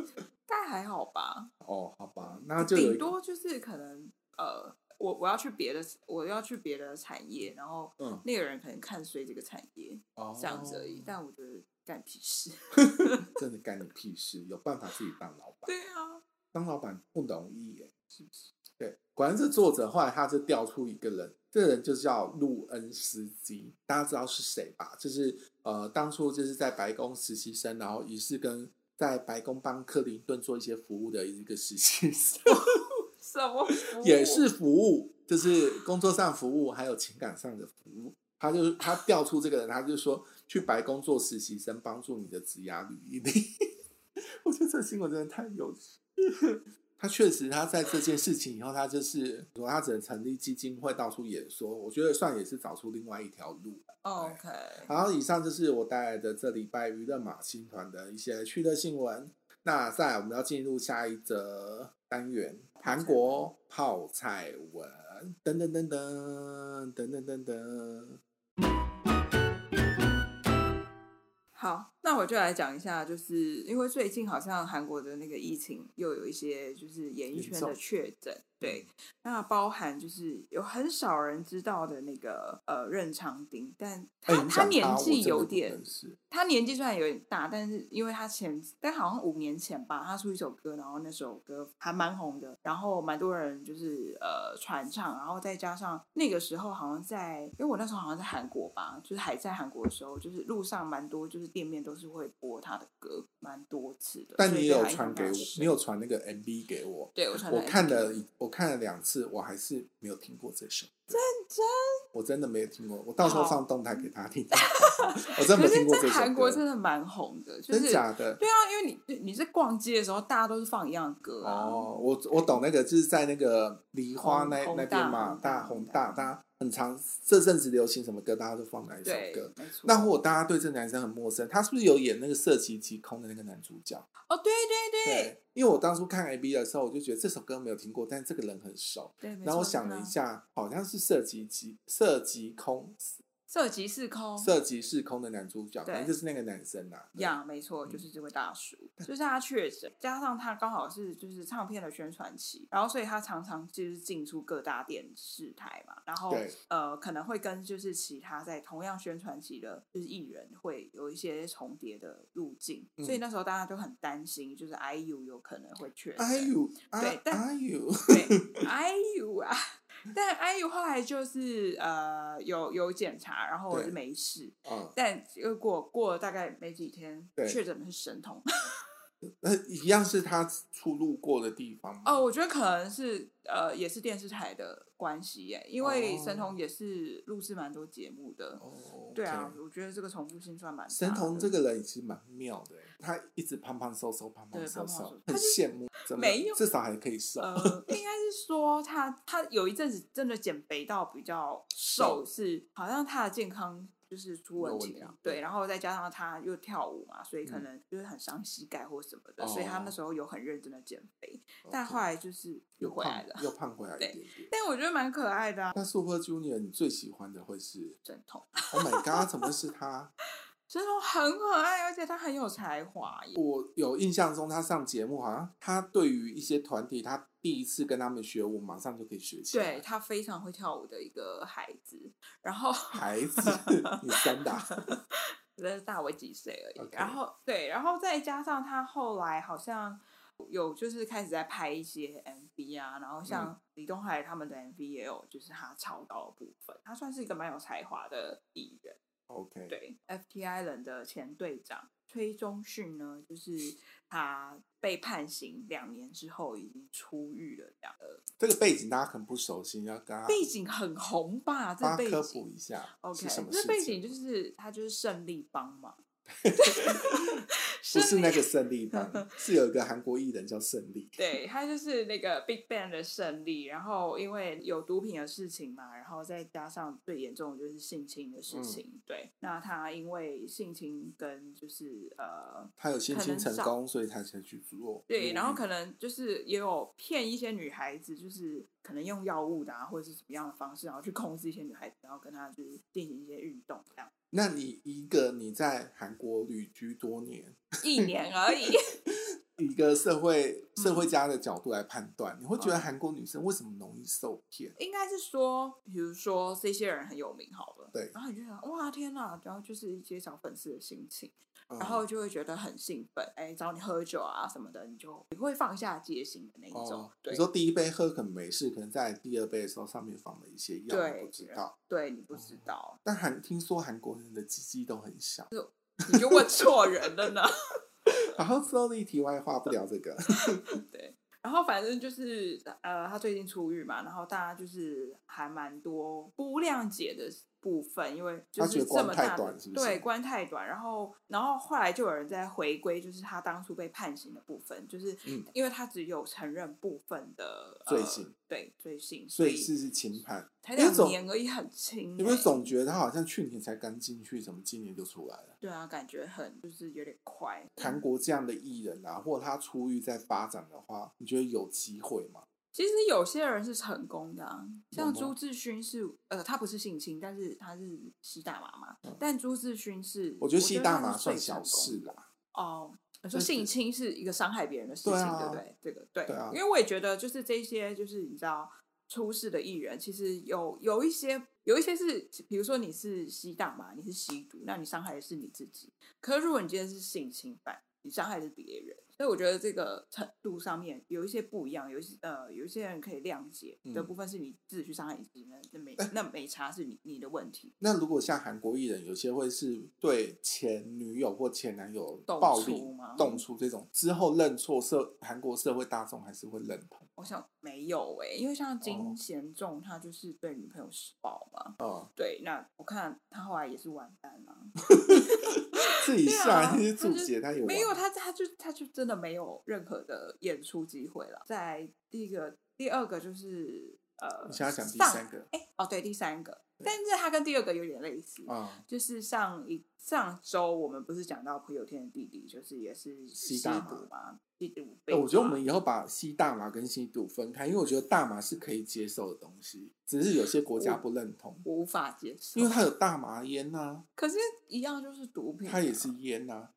大概还好吧，哦，好吧，那就有顶一个，多就是可能呃，我我要去别的，我要去别的产业，然后嗯，那个人可能看衰这个产业哦，这样子而已。但我觉得干屁事。 真的干你屁事，有办法自己当老板，对啊，当老板不容易耶，是不是？对，果然这作者后来他就调出一个人，这个人就叫路恩斯基，大家知道是谁吧？就是呃，当初就是在白宫实习生，然后也是跟在白宫帮克林顿做一些服务的一个实习生，什么服务也是服务，就是工作上服务，还有情感上的服务。他就他调出这个人，他就说去白宫做实习生，帮助你的职涯履历。 我觉得这新闻真的太有趣。他确实，他在这件事情以后，他就是说他只能成立基金会，到处演说。我觉得算也是找出另外一条路。 OK，好，以上就是我带来的这礼拜娱乐马新团的一些趣的新闻。那再来，我们要进入下一则单元：韩国泡菜文。等等等等等等等等。好，那我就来讲一下，就是因为最近好像韩国的那个疫情又有一些就是演艺圈严重的确诊，对，那包含就是有很少人知道的那个呃任长丁，但哎、他、你他讲年我纪真的有不点认，识他年纪虽然有点大，但是因为他前，但好像五年前吧，他出一首歌，然后那首歌还蛮红的，然后蛮多人就是呃传唱，然后再加上那个时候好像在，因为我那时候好像在韩国吧，就是还在韩国的时候，就是路上蛮多就是店面都是会播他的歌，蛮多次的。但所以你就有还传印象给我比较，深你有传那个 MV 给我，对我传我给看 MV 了一，我看了两次，我还是没有听过这首。真我真的没有听过，我到时候好放动态给 他听。我真可没听是过这在首韩国歌，真的蛮红的，就真是假的？对啊，因为你你是逛街的时候，大家都是放一样的歌啊。哦，我我懂那个，就是在那个梨花宏那宏那大边嘛宏，大大宏红大大，大家很常这阵子流行什么歌，大家都放哪一首对歌。，没错。那或大家对这男生很陌生，他是不是有演那个《色即即空》的那个男主角？哦，对对对，对，因为我当初看 MV 的时候，我就觉得这首歌没有听过，但是这个人很熟。对，没然后我错想是了啊一下，好像是《色即即色即空》色即是空， 《色即是空》的男主角，对反正就是那个男生啦。对呀没嗯错，就是这位大叔，就是他确诊，加上他刚好是就是唱片的宣传期，然后所以他常常就是进出各大电视台嘛，然后对呃可能会跟就是其他在同样宣传期的就是艺人会有一些重叠的路径，所以嗯那时候大家就很担心，就是 IU 有可能会确诊，哎 呦，对哎但哎呦，对，IU 啊， 但 IU 后来就是呃有有检查，然后对就没事，啊，但又过过了大概没几天对，确诊的是神童。 那一样是他出路过的地方吗哦，我觉得可能是呃，也是电视台的关系耶，因为哦神童也是录制蛮多节目的。哦，对啊 OK，我觉得这个重复性算蛮大的。神童这个人其实蛮妙的欸，他一直胖胖瘦瘦，胖对瘦胖胖瘦瘦瘦，很他就羡慕，真的没有至少还可以瘦。呃，应该是说他他有一阵子真的减肥到比较瘦，是好像他的健康就是出问有题问了题。啊对嗯对，然后再加上他又跳舞嘛，所以可能就是很伤膝盖或什么的，所以他那时候有很认真的减肥，但哦 OK，后来就是又又回来胖了。又胖回来一对点点。但我觉得蛮可爱的、啊，那 Super Junior 你最喜欢的会是神童。 ？Oh my god，怎么会是他？ 真的很可爱，而且他很有才华耶。我有印象中他上节目，好像他对于一些团体，他第一次跟他们学舞，马上就可以学起来。对，他非常会跳舞的一个孩子，然后 孩子，你真的啊、那大我几岁而已 OK 然后对，然后再加上他后来好像有就是开始在拍一些 MV 啊，然后像李东海他们的 MV 也有就是他操刀的部分，他算是一个蛮有才华的艺人。 OK，对，FTI 人的前队长崔忠训呢，就是他被判刑两年之后已经出狱了，这样。呃这个背景大家很不熟悉，要跟他背景很红吧？这大背家科景普一下，OK，是什么这事背情景就是他就是胜利帮嘛， 不是那个胜利 班，是有一个韩国艺人叫胜利。对他就是那个 Big Bang 的胜利，然后因为有毒品的事情嘛，然后再加上最严重的就是性侵的嗯事情，对，那他因为性侵跟就是呃。他有性可侵能成少功，所以他才去做。对，然后可能能就是也有骗一些女孩子，就是可能用药物的啊，或者是什么样的方式，然后去控制一些女孩子，然后跟她就是进行一些运动这样，那你一个你在韩国旅居多年，一年 而已。以一个社会嗯社会家的角度来判断，你会觉得韩国女生为什么容易受骗？应该是说，比如说这些人很有名好了，对然后你就想哇天呐，然后就是一些小粉丝的心情，嗯然后就会觉得很兴奋，哎、找你喝酒啊什么的，你就你会放下戒心的那一种，哦，对你说第一杯喝可能没事，可能在第二杯的时候上面放了一些药，对你不知道。对你不知道，但韩听说韩国人的鸡鸡都很小。你就问错人了呢。然后之后的题外话不聊这 个，然后反正就是呃，他最近出狱嘛，然后大家就是还蛮多不谅解的部分，因为就他觉是得这关么太大的短是不是对关太短，然后然后后来就有人在回归，就是他当初被判刑的部分，就是嗯因为他只有承认部分的、呃罪行，对罪行，所所以是是轻判。才有一两种年而已，很轻、你不是欸总觉得他好像去年才刚进去，怎么今年就出来了？对啊，感觉很就是有点快，韩国这样的艺人啊，或者他出狱在发展的话，你觉得有机会吗？其实有些人是成功的、啊，有像吗朱志勋是，呃，他不是性侵，但是他是吸大麻嘛。嗯但朱志勋是，我觉得吸大麻他是最算小成事啦，功。哦，你就说是性侵是一个伤害别人的事情，对对,、啊不对？这个对，对啊因为我也觉得就是这些，就是你知道出事的艺人，其实有有一些。有一些是，比如说你是吸大麻，你是吸毒，那你伤害的是你自己。可是如果你今天是性侵犯，你伤害的是别人，所以我觉得这个程度上面有一些不一样，有一些呃，有一些人可以谅解的嗯哎部分是你自己去伤害你自己，那那没那没差是你你的问题。那如果像韩国艺人，有些会是对前女友或前男友动暴粗力吗动粗这种，之后认错社韩国社会大众还是会认同。我想没有诶、因为像哦金贤重他就是对女朋友施暴嘛，哦，对，那我看他后来也是完蛋了、自己对下啊那些他注就解，他有啊没有玩他，他就他就真的没有任何的演出机会了。在第一个，第二个就是呃，你现在讲第上三个哎、哦对，第三个，但是他跟第二个有点类似，啊、就是上一上周我们不是讲到朴有天的弟弟，就是也是吸吸大毒麻嘛，吸毒哎被抓。我觉得我们以后把吸大麻跟吸毒分开，因为我觉得大麻是可以接受的东西，只是有些国家我不认同，我无法接受因为，它有大麻烟呐、可是一样就是毒品、啊，它也是烟呐、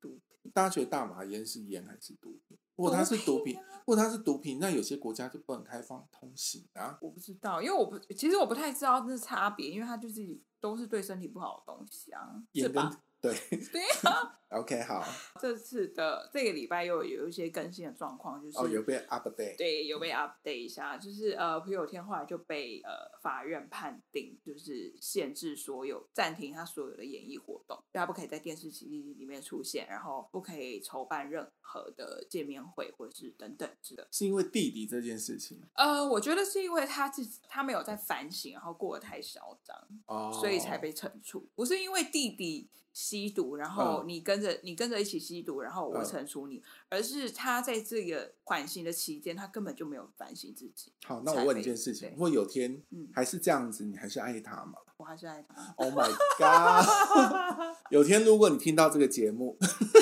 毒大家觉得大麻烟是烟还是毒品？如果它是毒毒品品，啊如果它是毒品，那有些国家就不能开放通行啊。我不知道，因为我不，其实我不太知道这差别，因为它就是都是对身体不好的东西啊，是烟跟吧？对对啊 ，OK 好，这次的这个礼拜又有一些更新的状况，就是、哦有被 update，对有被 update 一下，就是呃，朴有天后来就被呃法院判定就是限制所有暂停他所有的演艺活动，就他不可以在电视机里面出现，然后不可以筹办任何的见面会或者是等等之类的。是因为弟弟这件事情呃，我觉得是因为他自己他没有在反省，然后过得太嚣张。哦，所以才被惩处，不是因为弟弟吸毒，然后嗯你跟着、你跟着一起吸毒，然后我嗯惩处你，而是他在这个缓刑的期间，他根本就没有反省自己。好。那才我问你被一件事情，对如果有天嗯还是这样子，你还是爱他吗我还是爱他， ？Oh my god！有 天如果你听到这个节目，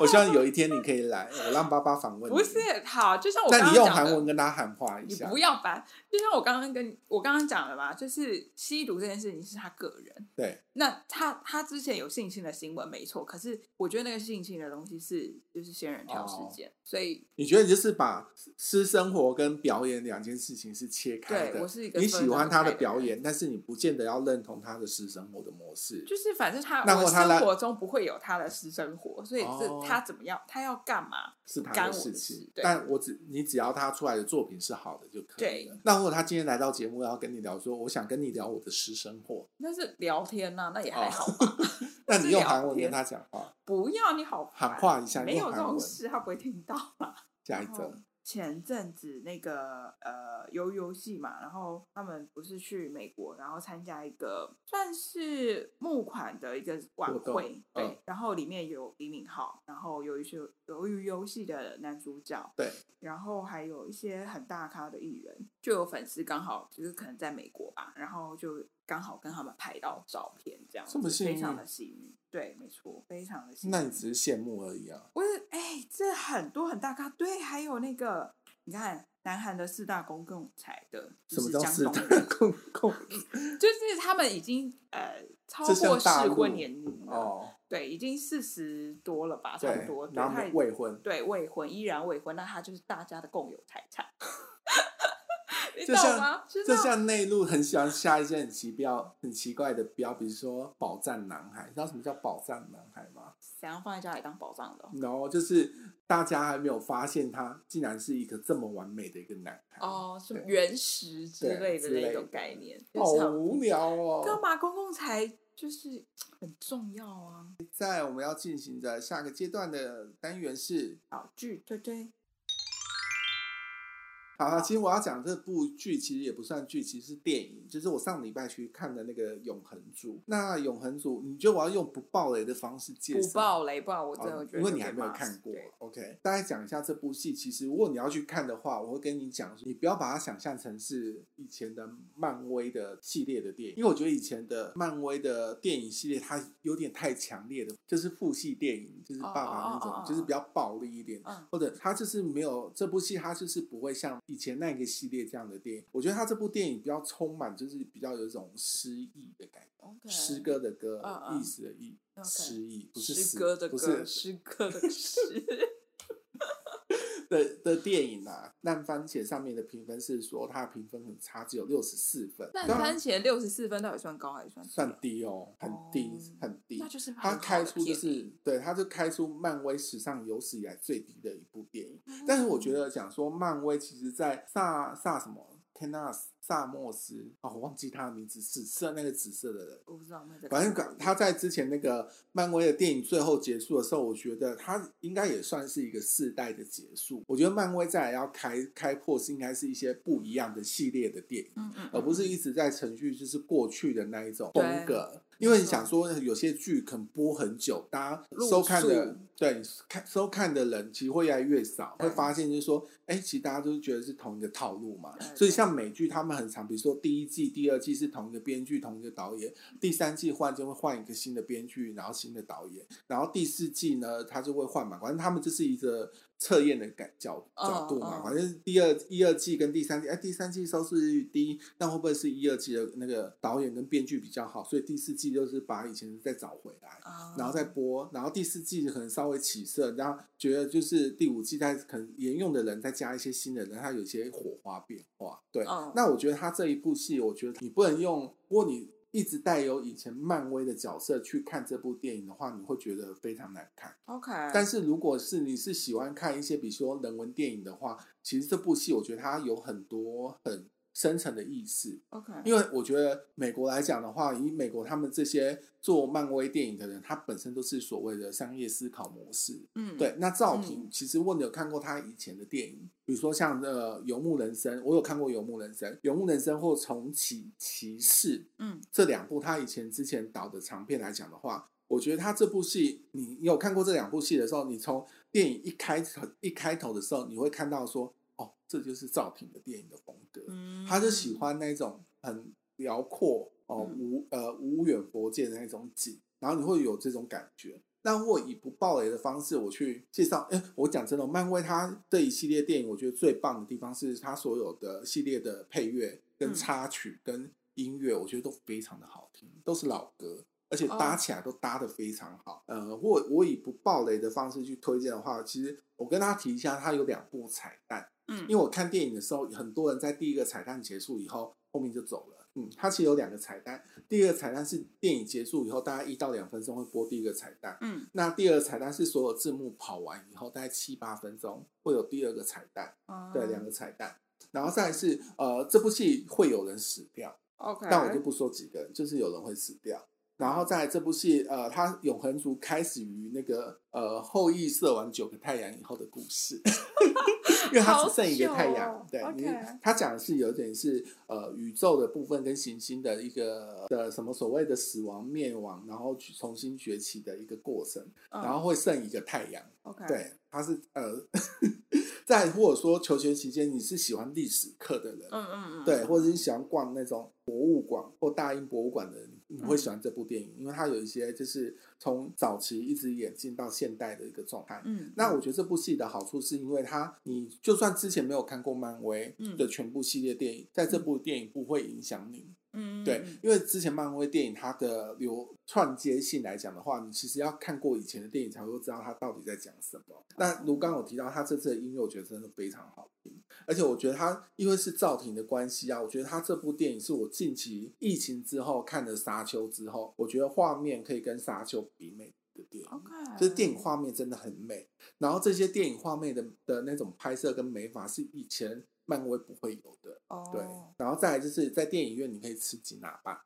我希望有一天你可以来，我让爸爸访问你。不是好，就像我刚那刚你用讲韩的文跟他喊话一你下不，要把，就像我刚刚跟我刚刚讲的吧，就是吸毒这件事情是他个人。对，那他他之前有性侵的新闻没错，可是我觉得那个性侵的东西是就是仙人跳事哦件，所以你觉得你就是把私生活跟表演两件事情是切开对的我是一？个你分喜得欢很他开的的表人演，但是你不见得要认同他的私生活的模式。就是反正他那我或他来生活中不会有他的私生活，所以哦这他怎么样，他要干嘛？是他干的我事的情事，对但我只你只要他出来的作品是好的就可以对了。那如果他今天来到节目要跟你聊说，我想跟你聊我的私生活，那是聊天呐、那也还好。哦，那你用韩文是聊跟天他讲话，不要你好烦喊话一下没用有这韩种文事，他不会听到嘛。下一然后则前阵子那个呃游游戏嘛，然后他们不是去美国，然后参加一个算是募款的一个晚活动会，对，嗯然后里面有李敏镐，然后有一些由于游戏的男主角，对，然后还有一些很大咖的艺人，就有粉丝刚好就是可能在美国吧，然后就刚好跟他们拍到照片，这样这么子幸非常运的幸运，对，没错，非常的幸运。那你只是羡慕而已啊。我是哎、这很多很大咖，对，还有那个你看南韩的四大公共财的，什就么是叫江是东大 人，公共？就是他们已经呃超这像过大适陆婚年龄了，哦，对，已经四十多了吧， 差对不多，，对，然后他他已们未婚，对未婚依然未婚，那他就是大家的共有财产， 你就懂吗像？就是就那种像内陆很喜欢下一些很奇标、很奇怪的标，比如说“宝藏男孩”，你知道什么叫“宝藏男孩”吗？怎样放在家里当宝藏的哦然后就是大家还没有发现他竟然是一个这么完美的一个男孩，哦，什么对原石之对类的之那类种的概念，就好是很无聊干哦。嘛公共财就是很重要啊？在我们要进行的下个阶段的单元是，好剧对对，好了，其实我要讲这部剧其实也不算剧，其实是电影，就是我上礼拜去看的那个《永恒族》。那《永恒族》，你觉得我要用不爆雷的方式介不绍？爆雷，不然我真哦的觉得因为有你还点没有骂看死过对，OK，大概讲一下这部戏。其实如果你要去看的话，我会跟你讲，你不要把它想象成是以前的漫威的系列的电影，因为我觉得以前的漫威的电影系列它有点太强烈的，就是父系电影，就是爸爸那种，哦哦哦哦就是比较暴力一点。嗯，或者它就是没有这部戏，它就是不会像以前那个系列这样的电影。我觉得它这部电影比较充满，就是比较有一种诗意的感觉。 OK 诗歌的歌嗯，嗯意思的意， OK 诗意不是诗诗歌的不歌，是诗 歌的诗，的的电影啊，烂番茄上面的评分是说它的评分很差，只有六十四分，烂当然番茄六十四分到底算高还是算低算低哦，很低、哦很低那。就是它很好开的出就片是对，它就开出漫威史上有史以来最低的一部电影。哦但是我觉得讲说漫威其实在萨萨什么天纳斯萨莫斯哦，我忘记他的名字，紫色那个紫色的人，我不知道那个，反正他在之前那个漫威的电影最后结束的时候，我觉得他应该也算是一个世代的结束。我觉得漫威再来要开开拓是应该是一些不一样的系列的电影，嗯嗯，而不是嗯一直在程序就是过去的那一种对风格。因为你想说有些剧可能播很久，大家收看路的数对看收看的人其实会越来越少，对会发现就是说，哎、其实大家都是觉得是同一个套路嘛对。呃对所以像美剧，他们很常，比如说第一季、第二季是同一个编剧、同一个导演，第三季换就会换一个新的编剧，然后新的导演，然后第四季呢，他就会换嘛，反正他们就是一个测验的感角嗯角度嘛，嗯反正第二一二季跟第三季，哎，第三季收视率低，那会不会是一二季的那个导演跟编剧比较好，所以第四季就是把以前再找回来。啊然后再播，然后第四季可能稍微起色，然后觉得就是第五季再可能沿用的人再加一些新的人，他有一些火花变化。对，嗯那我觉得他这一部戏，我觉得你不能用，如果你一直带有以前漫威的角色去看这部电影的话，你会觉得非常难看。 OK，但是如果是你是喜欢看一些比如说人文电影的话，其实这部戏我觉得它有很多很深层的意思。 OK，因为我觉得美国来讲的话，以美国他们这些做漫威电影的人，他本身都是所谓的商业思考模式。嗯对，那赵平、嗯其实我有看过他以前的电影，比如说像呃《游牧人生》，我有看过《游牧人生》，《游牧人生》或《重启骑士》嗯这两部，他以前之前导的长片来讲的话，我觉得他这部戏，你你有看过这两部戏的时候，你从电影一开头一开头的时候，你会看到说，哦，这就是赵婷的电影的风格。嗯，他就喜欢那种很辽阔哦，嗯无呃无远佛界的那种景，然后你会有这种感觉。但我以不暴雷的方式，我去介绍。哎，我讲真的，漫威它这一系列电影，我觉得最棒的地方是它所有的系列的配乐、嗯跟插曲、跟音乐，我觉得都非常的好听，都是老歌，而且搭哦起来都搭的非常好。呃，我我以不暴雷的方式去推荐的话，其实我跟大家提一下，它有两部彩蛋。嗯，因为我看电影的时候，很多人在第一个彩蛋结束以后，后面就走了。嗯，它其实有两个彩蛋，第一个彩蛋是电影结束以后，大概一到两分钟会播第一个彩蛋。嗯那第二个彩蛋是所有字幕跑完以后，大概七八分钟会有第二个彩蛋，哦对，两个彩蛋。然后再来是呃，这部戏会有人死掉， OK，但我就不说几个人，就是有人会死掉。然后在这部戏，呃，它《永恒族》开始于那个呃后羿射完九个太阳以后的故事。 因为它只剩一个太阳好久哦。对， OK 你它讲的是有点是呃宇宙的部分跟行星的一个的什么所谓的死亡灭亡，然后去重新崛起的一个过程，嗯然后会剩一个太阳。 OK，对，他是呃， 在或者说求学期间，你是喜欢历史课的人，嗯嗯嗯，对，或者是喜欢逛那种博物馆或大英博物馆的人，你嗯会喜欢这部电影，因为它有一些就是从早期一直演进到现代的一个状态。嗯，那我觉得这部戏的好处是因为它，你就算之前没有看过漫威嗯的全部系列电影，在这部电影不会影响你。嗯对，因为之前漫威电影它的流串接性来讲的话，你其实要看过以前的电影才会知道它到底在讲什么。那如刚刚有提到，它这次的音乐我觉得真的非常好听，而且我觉得它因为是赵婷的关系啊，我觉得它这部电影是我近期疫情之后看了《沙丘》之后，我觉得画面可以跟《沙丘》比美的电影。 OK，就是电影画面真的很美，然后这些电影画面的的那种拍摄跟美法是以前漫威不会有的，哦，对。然后再来就是在电影院你可以吃鸡喇叭，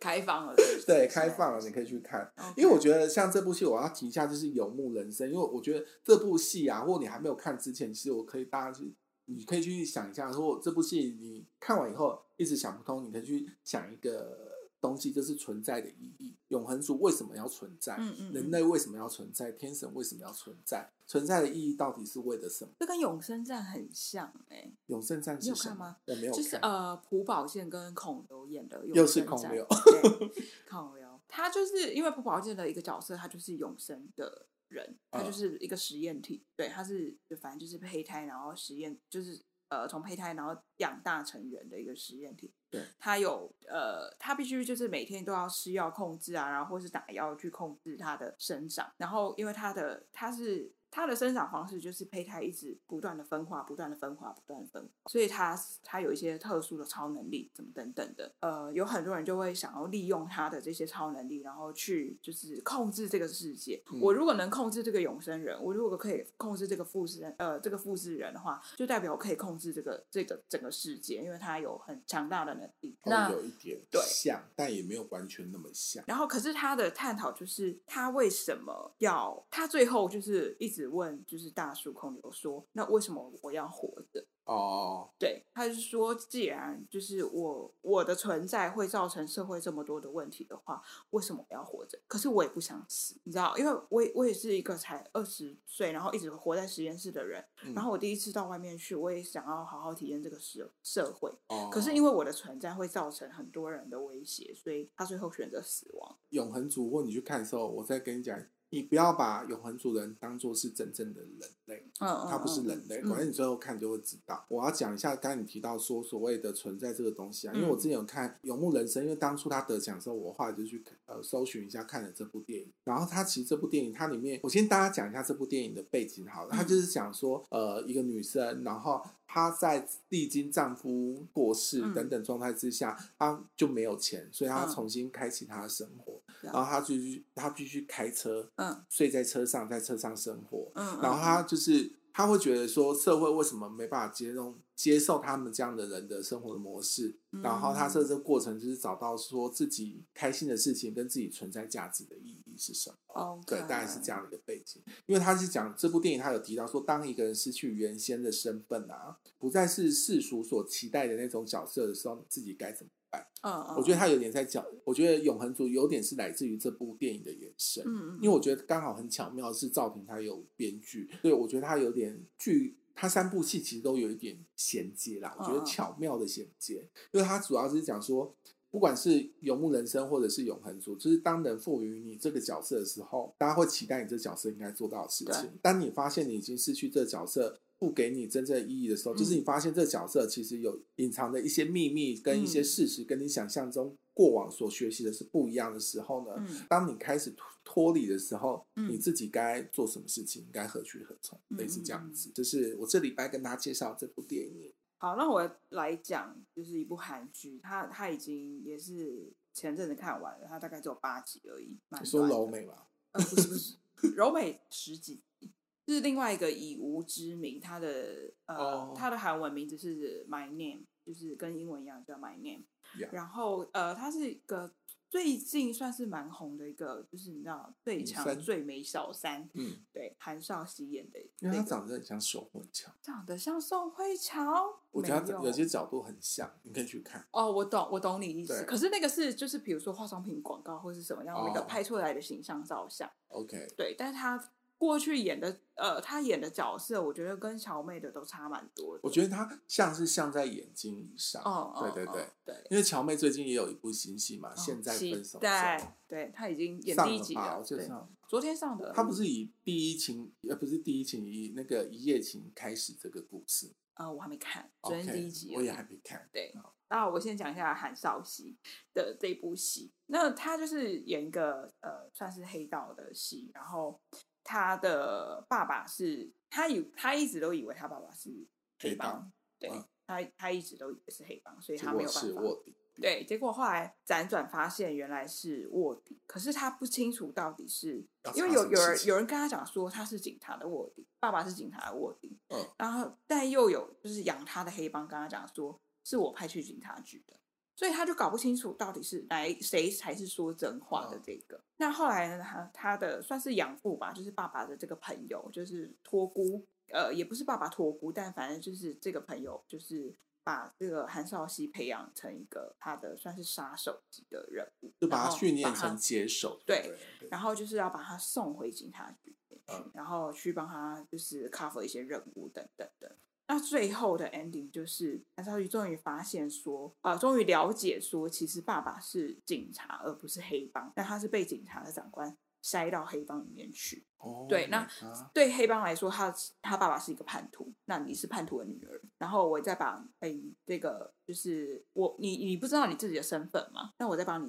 开放了，是不是对，开放了，你可以去看。因为我觉得像这部戏，我要提一下就是《游牧人生》，因为我觉得这部戏啊，或你还没有看之前，其实我可以大家去，你可以去想一下，如果这部戏你看完以后一直想不通，你可以去想一个东西，就是存在的意义，永恒族为什么要存在？嗯嗯嗯人类为什么要存在？天神为什么要存在？存在的意义到底是为了什么？这跟永生站很像哎、永生战你士有什看么吗？我没有看，就是呃，朴宝剑跟孔刘演的，又是孔刘， 对，孔刘，他就是因为朴宝剑的一个角色，他就是永生的人，他嗯就是一个实验体，对，他是就反正就是胚胎，然后实验就是呃从胚胎然后养大成人的一个实验体，对，他有呃，他必须就是每天都要吃药控制啊，然后或是打药去控制他的生长，然后因为他的他是。它的生长方式就是胚胎一直不断的分化，不断的分化，不断的分化，所以它它有一些特殊的超能力，怎么等等的。呃，有很多人就会想要利用它的这些超能力，然后去就是控制这个世界。嗯我如果能控制这个永生人，我如果可以控制这个复制人，呃，这个复制人的话，就代表我可以控制这个这个整个世界，因为它有很强大的能力。那、哦有一点对像，但也没有完全那么像。然后，可是他的探讨就是他为什么要他最后就是一直问，就是大叔孔刘说，那为什么我要活着？哦，对，他是说，既然就是我我的存在会造成社会这么多的问题的话，为什么我要活着？可是我也不想死，你知道，因为我也我也是一个才二十岁，然后一直活在实验室的人，嗯然后我第一次到外面去，我也想要好好体验这个社社会，哦，可是因为我的存在会造成很多人的威胁，所以他最后选择死亡。永恒族，或你去看的时候，我再跟你讲，你不要把永恒族人当做是真正的人类，嗯，他不是嗯人类。嗯反正你最后看就会知道。我要讲一下，刚才你提到说所谓的存在这个东西啊，因为嗯我之前有看《游牧人生》，因为当初他得奖的时候，我后来就去呃搜寻一下看了这部电影。然后他其实这部电影它里面，我先大家讲一下这部电影的背景好了，他就是嗯讲说呃一个女生，然后。她在历经丈夫过世嗯等等状态之下，她就没有钱，所以她嗯重新开启她的生活。对啊然后他就去，他必须开车，嗯睡在车上，在车上生活。嗯，嗯然后他就是他会觉得说，社会为什么没办法接受接受他们这样的人的生活的模式？嗯然后他在这个过程就是找到说自己开心的事情跟自己存在价值的意义是什么。 OK，对，大概是这样的一个背景。因为他是讲这部电影，他有提到说，当一个人失去原先的身份啊，不再是世俗所期待的那种角色的时候，你自己该怎么办？嗯，嗯，我觉得他有点在讲，我觉得《永恒族》有点是来自于这部电影的延伸，嗯，嗯嗯，因为我觉得刚好很巧妙的是赵婷她有编剧，所以我觉得她有点剧，她三部戏其实都有一点衔接啦，我觉嗯得嗯巧妙的衔接，因为它主要是讲说，不管是游牧人生或者是永恒族，就是当人赋予你这个角色的时候，大家会期待你这角色应该做到的事情对。当你发现你已经失去这角色，不给你真正的意义的时候，就是嗯你发现这角色其实有隐藏的一些秘密跟一些嗯事实，跟你想象中过往所学习的是不一样的时候呢，嗯当你开始脱脱离的时候，嗯你自己该做什么事情，该何去何从，类似这样嗯子。这是我这礼拜跟大家介绍这部电影。好，那我来讲就是一部韩剧，它它已经也是前阵子看完了，它大概只有八集而已，蛮你说短的柔美吧，呃，不是不是，柔美十几集是另外一个以无之名，它的呃哦它的韩文名字是 My Name，就是跟英文一样叫 My Name。 Yeah 然后呃，它是一个最近算是蛮红的一个，就是你知道最强三最美小三，嗯，对，韩少熙演的这因个，为他长得很像手混枪，长得像宋慧乔，我觉得没他有有些角度很像，你可以去看。哦，我懂，我懂你意对思。可是那个是就是比如说化妆品广告或是什么样的一个哦拍出来的形象照相， OK，对，但是他过去演的呃，他演的角色，我觉得跟乔妹的都差蛮多的。我觉得他像是像在眼睛以上，哦，哦对对对哦，对。因为乔妹最近也有一部新戏嘛，哦现在期分手中待，对他已经演上第一了集吧了，我记得对嗯上了昨天上的。他不是以第一情，呃，不是第一情，以那个一夜情开始这个故事。啊，我还没看，昨天 OK，第一集而已。我也还没看。对，那我先讲一下韩少熙的这部戏。那他就是演一个呃，算是黑道的戏，然后他的爸爸是，他以他一直都以为他爸爸是黑帮，道对、嗯他他一直都以为是黑帮，所以结他没果有办是法。卧底，对，结果后来辗转发现原来是卧底，可是他不清楚到底是要因为查有什么有事人情有人跟他讲说他是警察的卧底，爸爸是警察的卧底，嗯，然后但又有就是养他的黑帮跟他讲说是我派去警察局的，所以他就搞不清楚到底是来谁才是说真话的嗯这个。那后来呢，他他的算是养父吧，就是爸爸的这个朋友，就是托孤，呃，也不是爸爸托孤，但反正就是这个朋友就是。把这个韩少熙培养成一个他的算是杀手级的人物，就把然他后训练把他成接手。对不对，然后就是要把他送回警察局里面去，嗯然后去帮他就是 cover 一些任务等等的。那最后的 ending 就是韩少宇终于发现说，啊、终于了解说，其实爸爸是警察而不是黑帮，但他是被警察的长官塞到黑帮里面去。哦对那 my god 对黑帮来说，他他爸爸是一个叛徒，那你是叛徒的女儿，然后我再把哎这个就是我你你不知道你自己的身份嘛，那我再帮你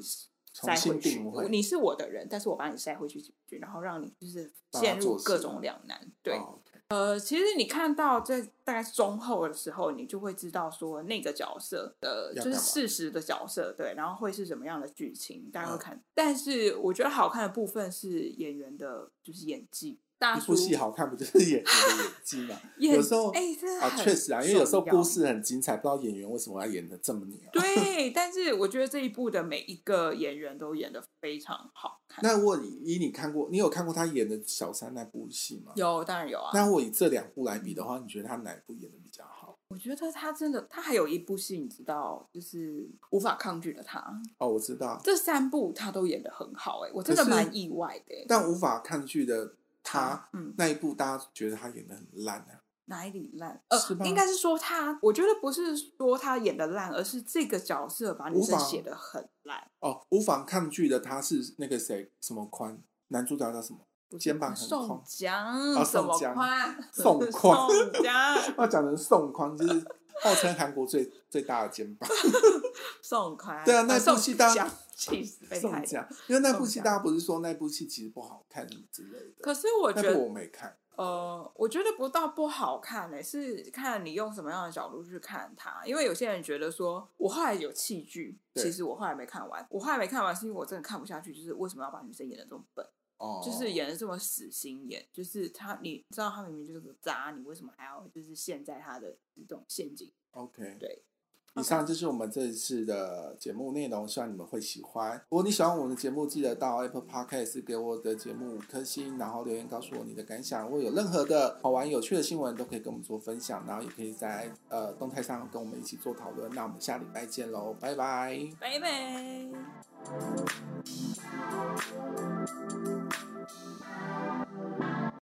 重塞回新去定位，你是我的人，但是我把你塞回去警局，然后让你就是帮他陷入做事各种两难。对，哦呃，其实你看到这大概中后的时候，你就会知道说那个角色呃，要就干是嘛事实的角色，对，然后会是什么样的剧情，大家嗯会看。但是我觉得好看的部分是演员的，就是演技。大一叔部戏好看不就是 演员的演技嘛？演有时候哎，这啊，很确实啊，因为有时候重要故事很精彩，不知道演员为什么要演的这么牛。对，但是我觉得这一部的每一个演员都演的非常好看。那我以你看过，你有看过他演的小三那部戏吗？有，当然有啊。那我以这两部来比的话，你觉得他哪一部演的比较好？我觉得他真的，他还有一部戏，你知道，就是无法抗拒的他。哦，我知道，这三部他都演的很好、哎，我真可的是蛮意外的、哎但无法抗拒的他嗯，那一部，大家觉得他演的很烂啊。哪里烂？呃是吗，应该是说他，我觉得不是说他演的烂，而是这个角色把女无生法写的很烂，哦，无法抗拒的他是那个谁什么宽，男主角叫什么？不是啊肩膀很宋宽江哦什么宋江宽？宋 宽宋江，要讲成宋宽，就是号称韩国最最大的肩 膀。宋宽。对啊呃那部宋戏当江气死被宋害。江，因为那部戏宋江大家不是说那部戏其实不好看什么之类的，可是我觉那得部我没看。呃，我觉得不到不好看呢、是看你用什么样的角度去看它。因为有些人觉得说，我后来有弃剧，对其实我后来没看完，我后来没看完是因为我真的看不下去，就是为什么要把女生演的这么笨，哦，就是演的这么死心眼，就是他，你知道他明明就是个渣，你为什么还要就是陷在他的这种陷阱？ OK。对，以上就是我们这一次的节目内容，希望你们会喜欢。如果你喜欢我们的节目，记得到 Apple Podcast 给我的节目五颗星，然后留言告诉我你的感想。如果有任何的好玩有趣的新闻，都可以跟我们做分享，然后也可以在呃动态上跟我们一起做讨论。那我们下礼拜见喽，拜拜。拜拜。